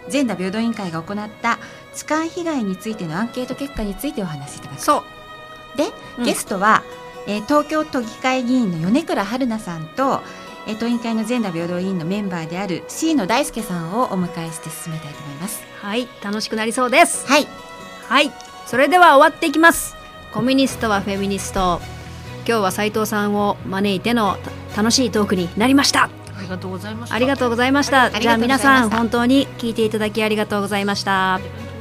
Speaker 2: 全裸平等委員会が行った痴漢被害についてのアンケート結果についてお話しいただきます。
Speaker 1: そう。うん
Speaker 2: ゲストは、えー東京都議会議員の米倉春菜さんと、えー、都委員会の全裸平等委員のメンバーである C 野大輔さんをお迎えして進めたいと思います。
Speaker 1: はい。楽しくなりそうです。
Speaker 2: はい
Speaker 1: はい。それでは終わっていきます。コミュニストはフェミニスト。今日は斉藤さんを招いてのた楽しいトークになりました。
Speaker 3: ありがとうございました
Speaker 1: ありがとうございました。
Speaker 2: り
Speaker 1: じゃあ
Speaker 2: がとうございました
Speaker 1: 皆さん本当に聞いていただきありがとうございました。
Speaker 3: う